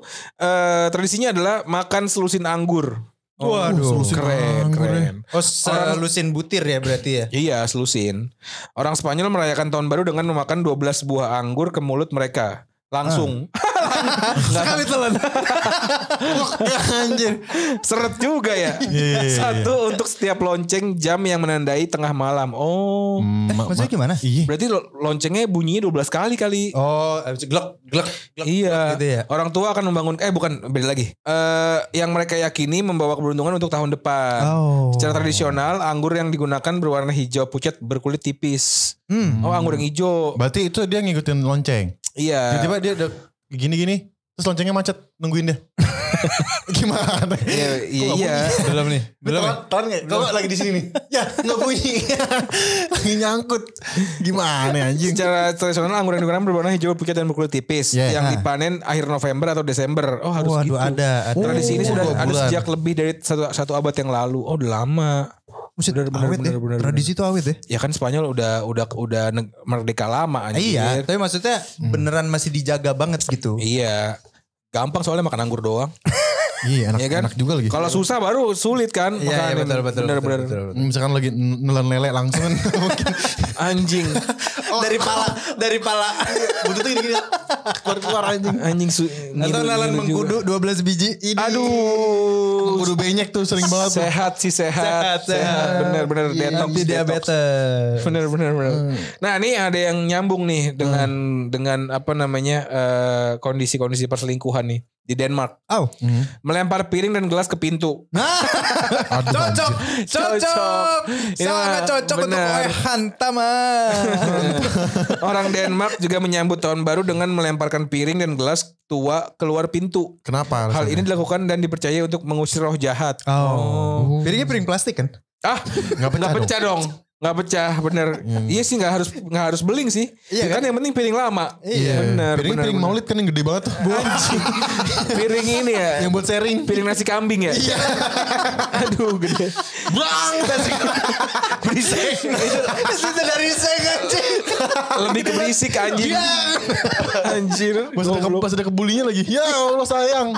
Speaker 2: eh, tradisinya adalah makan selusin anggur.
Speaker 3: Waduh.
Speaker 2: Keren, keren.
Speaker 3: Oh, selusin butir ya berarti ya.
Speaker 2: Iya, selusin. Orang Spanyol merayakan tahun baru dengan memakan 12 buah anggur ke mulut mereka. Langsung.
Speaker 3: Sekali telan.
Speaker 1: Anjir.
Speaker 2: Seret juga ya.
Speaker 1: Iya.
Speaker 2: Satu untuk setiap lonceng jam yang menandai tengah malam. Oh.
Speaker 1: Mm,
Speaker 3: Eh, Maksudnya gimana?
Speaker 1: Iya.
Speaker 2: Berarti lo- loncengnya bunyinya 12 kali kali.
Speaker 3: Oh, abis glek glek glek.
Speaker 2: Iya,
Speaker 3: gitu ya.
Speaker 2: orang tua akan membangun eh bukan beda lagi. Eh yang mereka yakini membawa keberuntungan untuk tahun depan.
Speaker 3: Oh.
Speaker 2: Secara tradisional, anggur yang digunakan berwarna hijau pucat berkulit tipis. Oh, anggur yang hijau.
Speaker 1: Berarti itu dia ngikutin lonceng.
Speaker 2: Iya.
Speaker 3: Ah.
Speaker 1: Tiba-tiba dia udah gini-gini. Terus loncengnya macet. Nungguin dia. Gimana?
Speaker 2: Iya, iya, iya.
Speaker 3: Belum nih. Belum. ya?
Speaker 1: Tahan gak? Kalau lagi di sini nih. Ya nggak bunyi. lagi nyangkut. Gimana anjing?
Speaker 2: Secara tradisional anggur yang digunakan berwarna hijau pucat dan berkulit tipis
Speaker 1: Iya.
Speaker 2: yang dipanen akhir November atau Desember. Oh, harus gitu.
Speaker 3: Waduh ada, ada.
Speaker 2: Tradisi ini
Speaker 1: Oh,
Speaker 2: sudah
Speaker 1: dua
Speaker 2: ada
Speaker 1: bulan.
Speaker 2: sejak lebih dari satu, satu abad yang lalu. Oh, udah lama.
Speaker 3: Buset,
Speaker 2: Bener, bener, bener,
Speaker 3: awet ya.
Speaker 2: bener, bener.
Speaker 3: Tradisi itu awet ya.
Speaker 2: Ya kan Spanyol udah udah udah neg- merdeka lama anjir.
Speaker 3: Iya, tapi maksudnya beneran masih dijaga banget gitu.
Speaker 2: Iya. Gampang soalnya makan anggur doang.
Speaker 1: Iya enak,
Speaker 2: Ya kan?
Speaker 1: enak juga lagi.
Speaker 2: Kalau susah baru sulit kan.
Speaker 3: Iya, iya,
Speaker 2: makanin.
Speaker 3: betul, betul, betul,
Speaker 2: Bener-bener.
Speaker 3: betul, betul.
Speaker 1: Misalkan lagi n- nelan lele langsung kan mungkin.
Speaker 2: Anjing.
Speaker 3: Dari pala, dari pala.
Speaker 1: Butuh gini gini. Keluar keluar anjing.
Speaker 2: Anjing. Su
Speaker 3: Atau nalan mengkudu 12 biji. Ini.
Speaker 2: Aduh.
Speaker 1: Kudu benyek tuh sering banget. tuh.
Speaker 2: Sehat sih sehat.
Speaker 3: Sehat, sehat. Iya,
Speaker 2: Bener-bener detox.
Speaker 3: Anti
Speaker 2: detox.
Speaker 3: diabetes. Hmm.
Speaker 2: Bener bener bener. Nah ini ada yang nyambung nih dengan dengan apa namanya eh, kondisi-kondisi perselingkuhan nih di Denmark.
Speaker 3: Oh.
Speaker 2: Hmm. Melempar piring dan gelas ke pintu.
Speaker 3: Nah.
Speaker 1: Aduh,
Speaker 3: Cocok, cocok.
Speaker 2: Ini mah
Speaker 3: Sangat cocok untuk
Speaker 2: bener.
Speaker 3: oleh hantaman.
Speaker 2: Orang Denmark juga menyambut tahun baru dengan melemparkan piring dan gelas tua keluar pintu.
Speaker 1: Kenapa?
Speaker 2: Hal
Speaker 1: alasannya?
Speaker 2: ini dilakukan dan dipercaya untuk mengusir roh jahat.
Speaker 3: Oh. Piringnya piring plastik kan?
Speaker 2: Ah,
Speaker 1: nggak pecah. dong.
Speaker 2: nggak
Speaker 1: Hmm.
Speaker 2: pecah dong. Nggak pecah, bener. Iya sih nggak harus nggak harus beling sih.
Speaker 3: Iya
Speaker 2: kan? yang penting piring lama.
Speaker 1: Iya.
Speaker 2: Bener,
Speaker 1: piring
Speaker 2: bener,
Speaker 1: piring
Speaker 2: bener.
Speaker 1: maulid kan yang gede banget tuh. Bu.
Speaker 2: Piring ini ya.
Speaker 1: yang buat sharing.
Speaker 2: piring nasi kambing ya? Iya. Aduh gede.
Speaker 1: Bang. Berisik.
Speaker 3: Itu dari saya anjing.
Speaker 2: Lebih ke berisik anjing.
Speaker 1: Iya.
Speaker 2: Anjir.
Speaker 1: Pas ada, ke-
Speaker 2: Goblok.
Speaker 1: pas ada kebulinya lagi. Ya Allah sayang.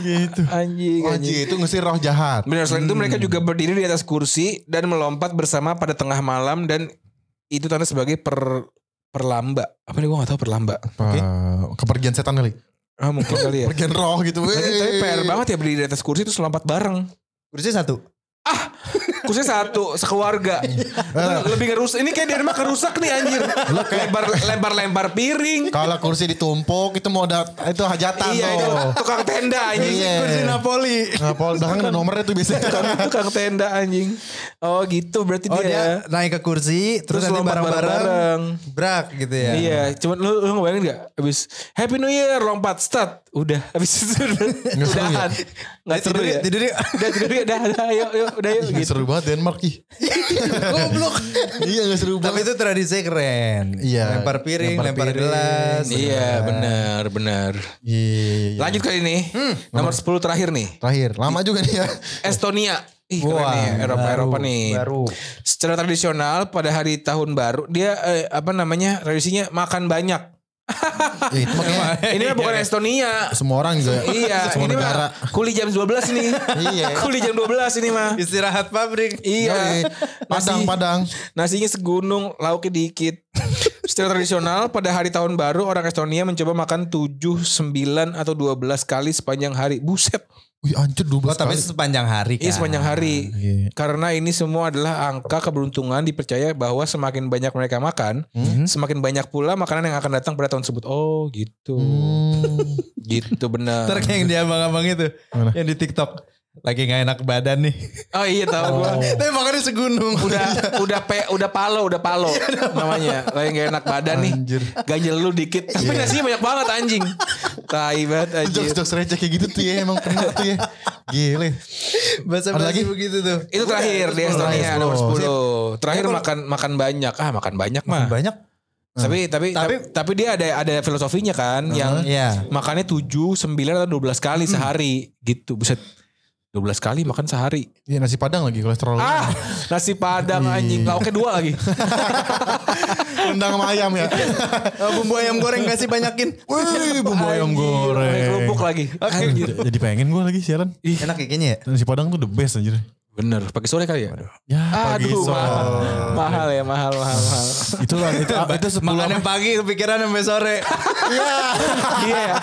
Speaker 1: Gitu.
Speaker 2: Iya, Anjing, anjing.
Speaker 1: Wajib itu ngesir roh jahat.
Speaker 2: Benar, selain itu mereka juga berdiri di atas kursi dan melompat bersama pada tengah malam dan itu tanda sebagai per perlamba. Apa nih gua gak tahu perlamba.
Speaker 1: Apa- Kepergian setan kali.
Speaker 2: Ah mungkin kali ya.
Speaker 1: Kepergian roh gitu.
Speaker 2: Tapi, tapi
Speaker 1: Wey.
Speaker 2: PR banget ya berdiri di atas kursi terus lompat bareng.
Speaker 3: Kursi satu.
Speaker 2: Kursi satu, sekeluarga. Itu Lebih ngerusak. Ini kayak di rumah kerusak nih anjir. Lempar, lempar, lempar piring.
Speaker 1: Kalau kursi ditumpuk itu mau dat itu hajatan
Speaker 2: Iya itu
Speaker 1: tuh.
Speaker 2: tukang tenda anjing.
Speaker 1: Iya.
Speaker 3: Kursi Napoli.
Speaker 1: Nah, Paul belakang
Speaker 2: kan-
Speaker 1: ada nomornya tuh biasanya.
Speaker 2: Tukang- tukang tenda anjing. Oh gitu berarti
Speaker 3: Oh
Speaker 2: dia. ya.
Speaker 3: dia naik ke kursi terus, nanti
Speaker 2: lompat
Speaker 3: bareng-bareng
Speaker 2: bareng-bareng.
Speaker 3: brak gitu ya.
Speaker 2: Iya, cuman lu, lu ngebayangin gak? Abis Happy New Year, lompat, start. Udah, abis itu udah.
Speaker 1: Nggak seru ya?
Speaker 2: udahan. Nggak seru
Speaker 3: Tidur
Speaker 2: ya?
Speaker 3: ya. Tidur ya.
Speaker 2: Udah tidur ya, udah, udah, ayo, ayo, udah, yuk.
Speaker 1: Gak Iya,
Speaker 2: Gitu.
Speaker 1: seru banget Denmark ih.
Speaker 3: Goblok.
Speaker 1: iya gak seru
Speaker 3: Tapi
Speaker 1: banget.
Speaker 3: itu tradisi keren.
Speaker 1: Iya.
Speaker 3: Lempar piring,
Speaker 1: Lempar
Speaker 3: lempar,
Speaker 1: piring.
Speaker 3: gelas.
Speaker 2: Iya, benar, benar.
Speaker 1: Iya, iya, iya.
Speaker 2: Lanjut kali ini, nomor 10 terakhir nih.
Speaker 1: Terakhir, lama juga nih ya.
Speaker 2: Estonia. Ih, keren
Speaker 3: Wah,
Speaker 2: nih, Eropa-Eropa
Speaker 3: baru,
Speaker 2: nih.
Speaker 3: baru.
Speaker 2: Secara tradisional, pada hari tahun baru, dia, eh, apa namanya, tradisinya makan banyak.
Speaker 1: Ya, itu makanya
Speaker 2: Ini mah bukan Estonia.
Speaker 1: semua orang juga.
Speaker 2: eh. Iya,
Speaker 1: semua
Speaker 2: ini
Speaker 1: negara.
Speaker 2: mah kuli jam 12 nih.
Speaker 1: Iya.
Speaker 2: Kuli jam 12 ini mah.
Speaker 3: Istirahat pabrik.
Speaker 1: Yoi.
Speaker 2: Iya.
Speaker 1: Padang,
Speaker 2: Nasi-
Speaker 1: Padang.
Speaker 2: Nasinya segunung, lauknya dikit. Secara tradisional, pada hari tahun baru orang Estonia mencoba makan 7, 9, atau 12 kali sepanjang hari. Buset.
Speaker 1: Wih anjir 12
Speaker 3: Oh, tapi
Speaker 1: kali.
Speaker 3: sepanjang hari kan.
Speaker 2: Iya sepanjang hari.
Speaker 1: Iya.
Speaker 2: Karena ini semua adalah angka keberuntungan dipercaya bahwa semakin banyak mereka makan, semakin banyak pula makanan yang akan datang pada tahun tersebut. Oh gitu.
Speaker 1: Hmm,
Speaker 2: Gitu
Speaker 3: Ntar
Speaker 2: benar.
Speaker 3: kayak yang dia abang-abang itu.
Speaker 1: Mana?
Speaker 3: Yang di TikTok. Lagi gak enak badan nih.
Speaker 2: Oh iya tahu gua.
Speaker 3: Tapi makannya segunung.
Speaker 2: udah udah pe udah palo Iya, udah palo Iya. namanya lagi gak enak badan nih
Speaker 1: Anjir.
Speaker 2: ganjel lu dikit tapi nasinya banyak banget anjing tai banget anjir
Speaker 1: Jokes-jokes receh kayak gitu tuh ya emang kena tuh ya. Gile.
Speaker 3: Bahasa
Speaker 1: Ada lagi?
Speaker 3: bahasa begitu tuh.
Speaker 2: itu terakhir di Estonia nomor 10 terakhir makan makan banyak ah makan banyak mah
Speaker 3: Banyak.
Speaker 2: tapi tapi tapi,
Speaker 3: Tapi-
Speaker 2: tapi dia ada ada filosofinya kan yang
Speaker 3: Iya.
Speaker 2: makannya 7 9 atau 12 kali
Speaker 1: Hmm.
Speaker 2: sehari gitu buset 12 kali makan sehari.
Speaker 1: Iya nasi Padang lagi kolesterol.
Speaker 2: Ah, nasi padang
Speaker 1: Iya.
Speaker 2: anjing. Lauknya dua lagi.
Speaker 1: Rendang sama ayam ya.
Speaker 3: Oh, bumbu ayam goreng kasih banyakin.
Speaker 1: Wih, bumbu ayam
Speaker 2: Anjing,
Speaker 1: Oh, goreng.
Speaker 2: Kerupuk lagi. gitu. Anjir.
Speaker 1: Anjir, Jadi pengen gue lagi siaran.
Speaker 3: Enak ya kayaknya ya.
Speaker 1: Nasi Padang tuh the best anjir.
Speaker 2: Bener, pakai sore kali ya?
Speaker 1: Ya, pagi
Speaker 2: Aduh, mahal.
Speaker 1: sore.
Speaker 2: mahal ya, mahal, mahal, mahal.
Speaker 1: Itu lah, itu, ah, itu sepuluh
Speaker 3: Makannya pagi kepikiran sampai sore.
Speaker 2: Iya ya.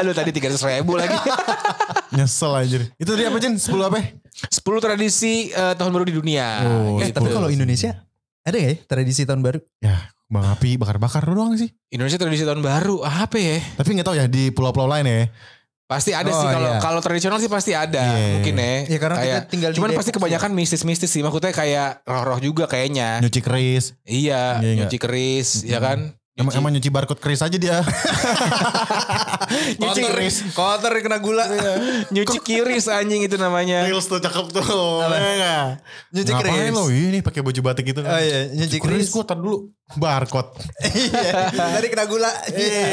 Speaker 2: Aduh tadi 300 ribu lagi.
Speaker 1: Nyesel anjir. Itu tadi apa Jin? 10 apa?
Speaker 2: 10 tradisi eh, tahun baru di dunia.
Speaker 1: Oh,
Speaker 3: Eh,
Speaker 2: gitu.
Speaker 3: tapi kalau Indonesia ada gak ya tradisi tahun baru?
Speaker 1: Ya, bang api bakar-bakar doang sih.
Speaker 2: Indonesia tradisi tahun baru apa ya?
Speaker 1: Tapi nggak tahu ya di pulau-pulau lain ya.
Speaker 2: Pasti ada
Speaker 3: Oh,
Speaker 2: sih kalau
Speaker 3: iya.
Speaker 2: kalau tradisional sih pasti ada
Speaker 1: Iya.
Speaker 2: mungkin ya.
Speaker 3: Iya, karena kita
Speaker 2: kayak,
Speaker 3: tinggal di
Speaker 2: Cuman
Speaker 3: Depok
Speaker 2: pasti
Speaker 3: sih.
Speaker 2: kebanyakan mistis-mistis sih. Maksudnya kayak roh-roh juga kayaknya.
Speaker 1: Nyuci keris.
Speaker 2: iya,
Speaker 1: Iya,
Speaker 2: nyuci keris, ya kan?
Speaker 1: Emang, emang nyuci barcode keris aja dia.
Speaker 2: Nyuci
Speaker 3: Kotor, Iya.
Speaker 2: keris.
Speaker 3: kotor kena gula.
Speaker 2: Nyuci kiris anjing itu namanya.
Speaker 1: Reels tuh cakep tuh. Apa?
Speaker 3: Nyuci
Speaker 1: Ngapain
Speaker 3: keris.
Speaker 1: lo ini pakai baju batik gitu.
Speaker 3: Oh iya, nyuci keris.
Speaker 1: gue tar dulu. barcode.
Speaker 3: Iya. Tadi kena gula. Iya.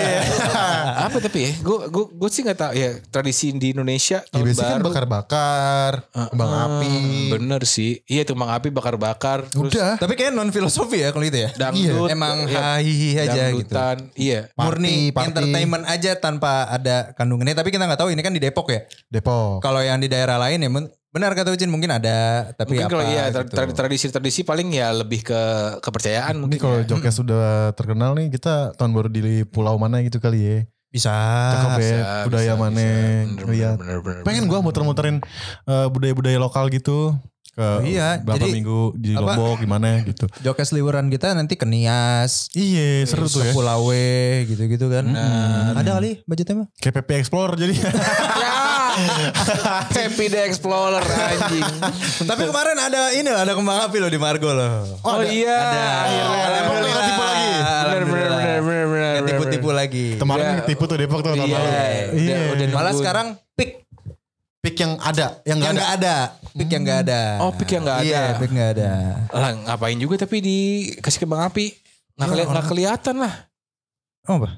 Speaker 2: apa tapi ya gue gue gue sih nggak tahu ya tradisi di Indonesia
Speaker 1: Ya,
Speaker 2: tahun
Speaker 1: biasanya kan
Speaker 2: baru Ah,
Speaker 1: bakar-bakar, kembang api.
Speaker 2: bener sih iya tuh mang api bakar bakar terus
Speaker 1: Udah.
Speaker 3: Tapi kayak non filosofi ya kalau itu ya.
Speaker 2: dangdut
Speaker 3: Emang
Speaker 2: ya,
Speaker 3: hahihi aja gitu.
Speaker 2: dangdutan iya
Speaker 1: Party,
Speaker 3: Murni
Speaker 1: party.
Speaker 3: entertainment aja tanpa ada kandungannya. Tapi kita nggak tahu ini kan di Depok ya.
Speaker 1: Depok.
Speaker 3: Kalau yang di daerah lain ya men- benar kata Ucin mungkin ada tapi
Speaker 2: mungkin
Speaker 3: apa
Speaker 2: kalau iya tra-
Speaker 3: gitu.
Speaker 2: tra- tradisi-tradisi paling ya lebih ke kepercayaan
Speaker 1: Ini
Speaker 2: mungkin
Speaker 1: kalau
Speaker 2: ya.
Speaker 1: Jogja sudah terkenal nih kita tahun baru di pulau mana gitu kali ya.
Speaker 3: bisa
Speaker 1: Cakep ya,
Speaker 2: Bisa,
Speaker 1: budaya
Speaker 2: bisa,
Speaker 1: mana.
Speaker 2: bisa. Bener,
Speaker 1: Iya.
Speaker 2: bener, bener, bener,
Speaker 1: Pengen gua
Speaker 2: bener.
Speaker 1: muter-muterin eh, budaya-budaya lokal gitu. Ke
Speaker 3: Oh iya,
Speaker 1: berapa
Speaker 3: jadi-
Speaker 1: minggu di
Speaker 3: apa?
Speaker 1: Lombok gimana gitu.
Speaker 3: Jokes liburan kita nanti ke Nias,
Speaker 1: Iya seru tuh
Speaker 3: ke
Speaker 1: ya.
Speaker 3: Pulau W gitu-gitu kan.
Speaker 2: Nah.
Speaker 3: Ada kali budgetnya mah?
Speaker 1: KPP Explorer jadi.
Speaker 2: Happy the Explorer anjing.
Speaker 3: Tapi kemarin ada ini loh, ada kembang api loh di Margo loh.
Speaker 2: Oh, iya.
Speaker 3: Oh,
Speaker 2: Akhirnya.
Speaker 3: alhamdulillah.
Speaker 1: ketipu lagi.
Speaker 2: Bener, bener, bener,
Speaker 3: Alhamdulillah.
Speaker 2: bener, bener,
Speaker 3: Nggak
Speaker 2: bener.
Speaker 3: Tipu-tipu lagi.
Speaker 1: Kemarin
Speaker 2: Iya.
Speaker 1: ketipu tuh Depok tuh tahun
Speaker 2: Iya.
Speaker 1: lalu.
Speaker 2: Udah- udah
Speaker 3: Malah
Speaker 2: nungguin.
Speaker 3: sekarang pick
Speaker 1: Pick yang ada, yang nggak
Speaker 3: yang nggak ada, pick yang nggak ada.
Speaker 2: Oh, pick yang nggak ada. Hmm.
Speaker 3: Iya, pick nggak ada.
Speaker 2: lah ngapain juga tapi dikasih kembang api
Speaker 3: Iya,
Speaker 2: nggak keli- nggak kelihatan lah
Speaker 3: Oh, apa?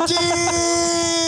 Speaker 1: Anjing.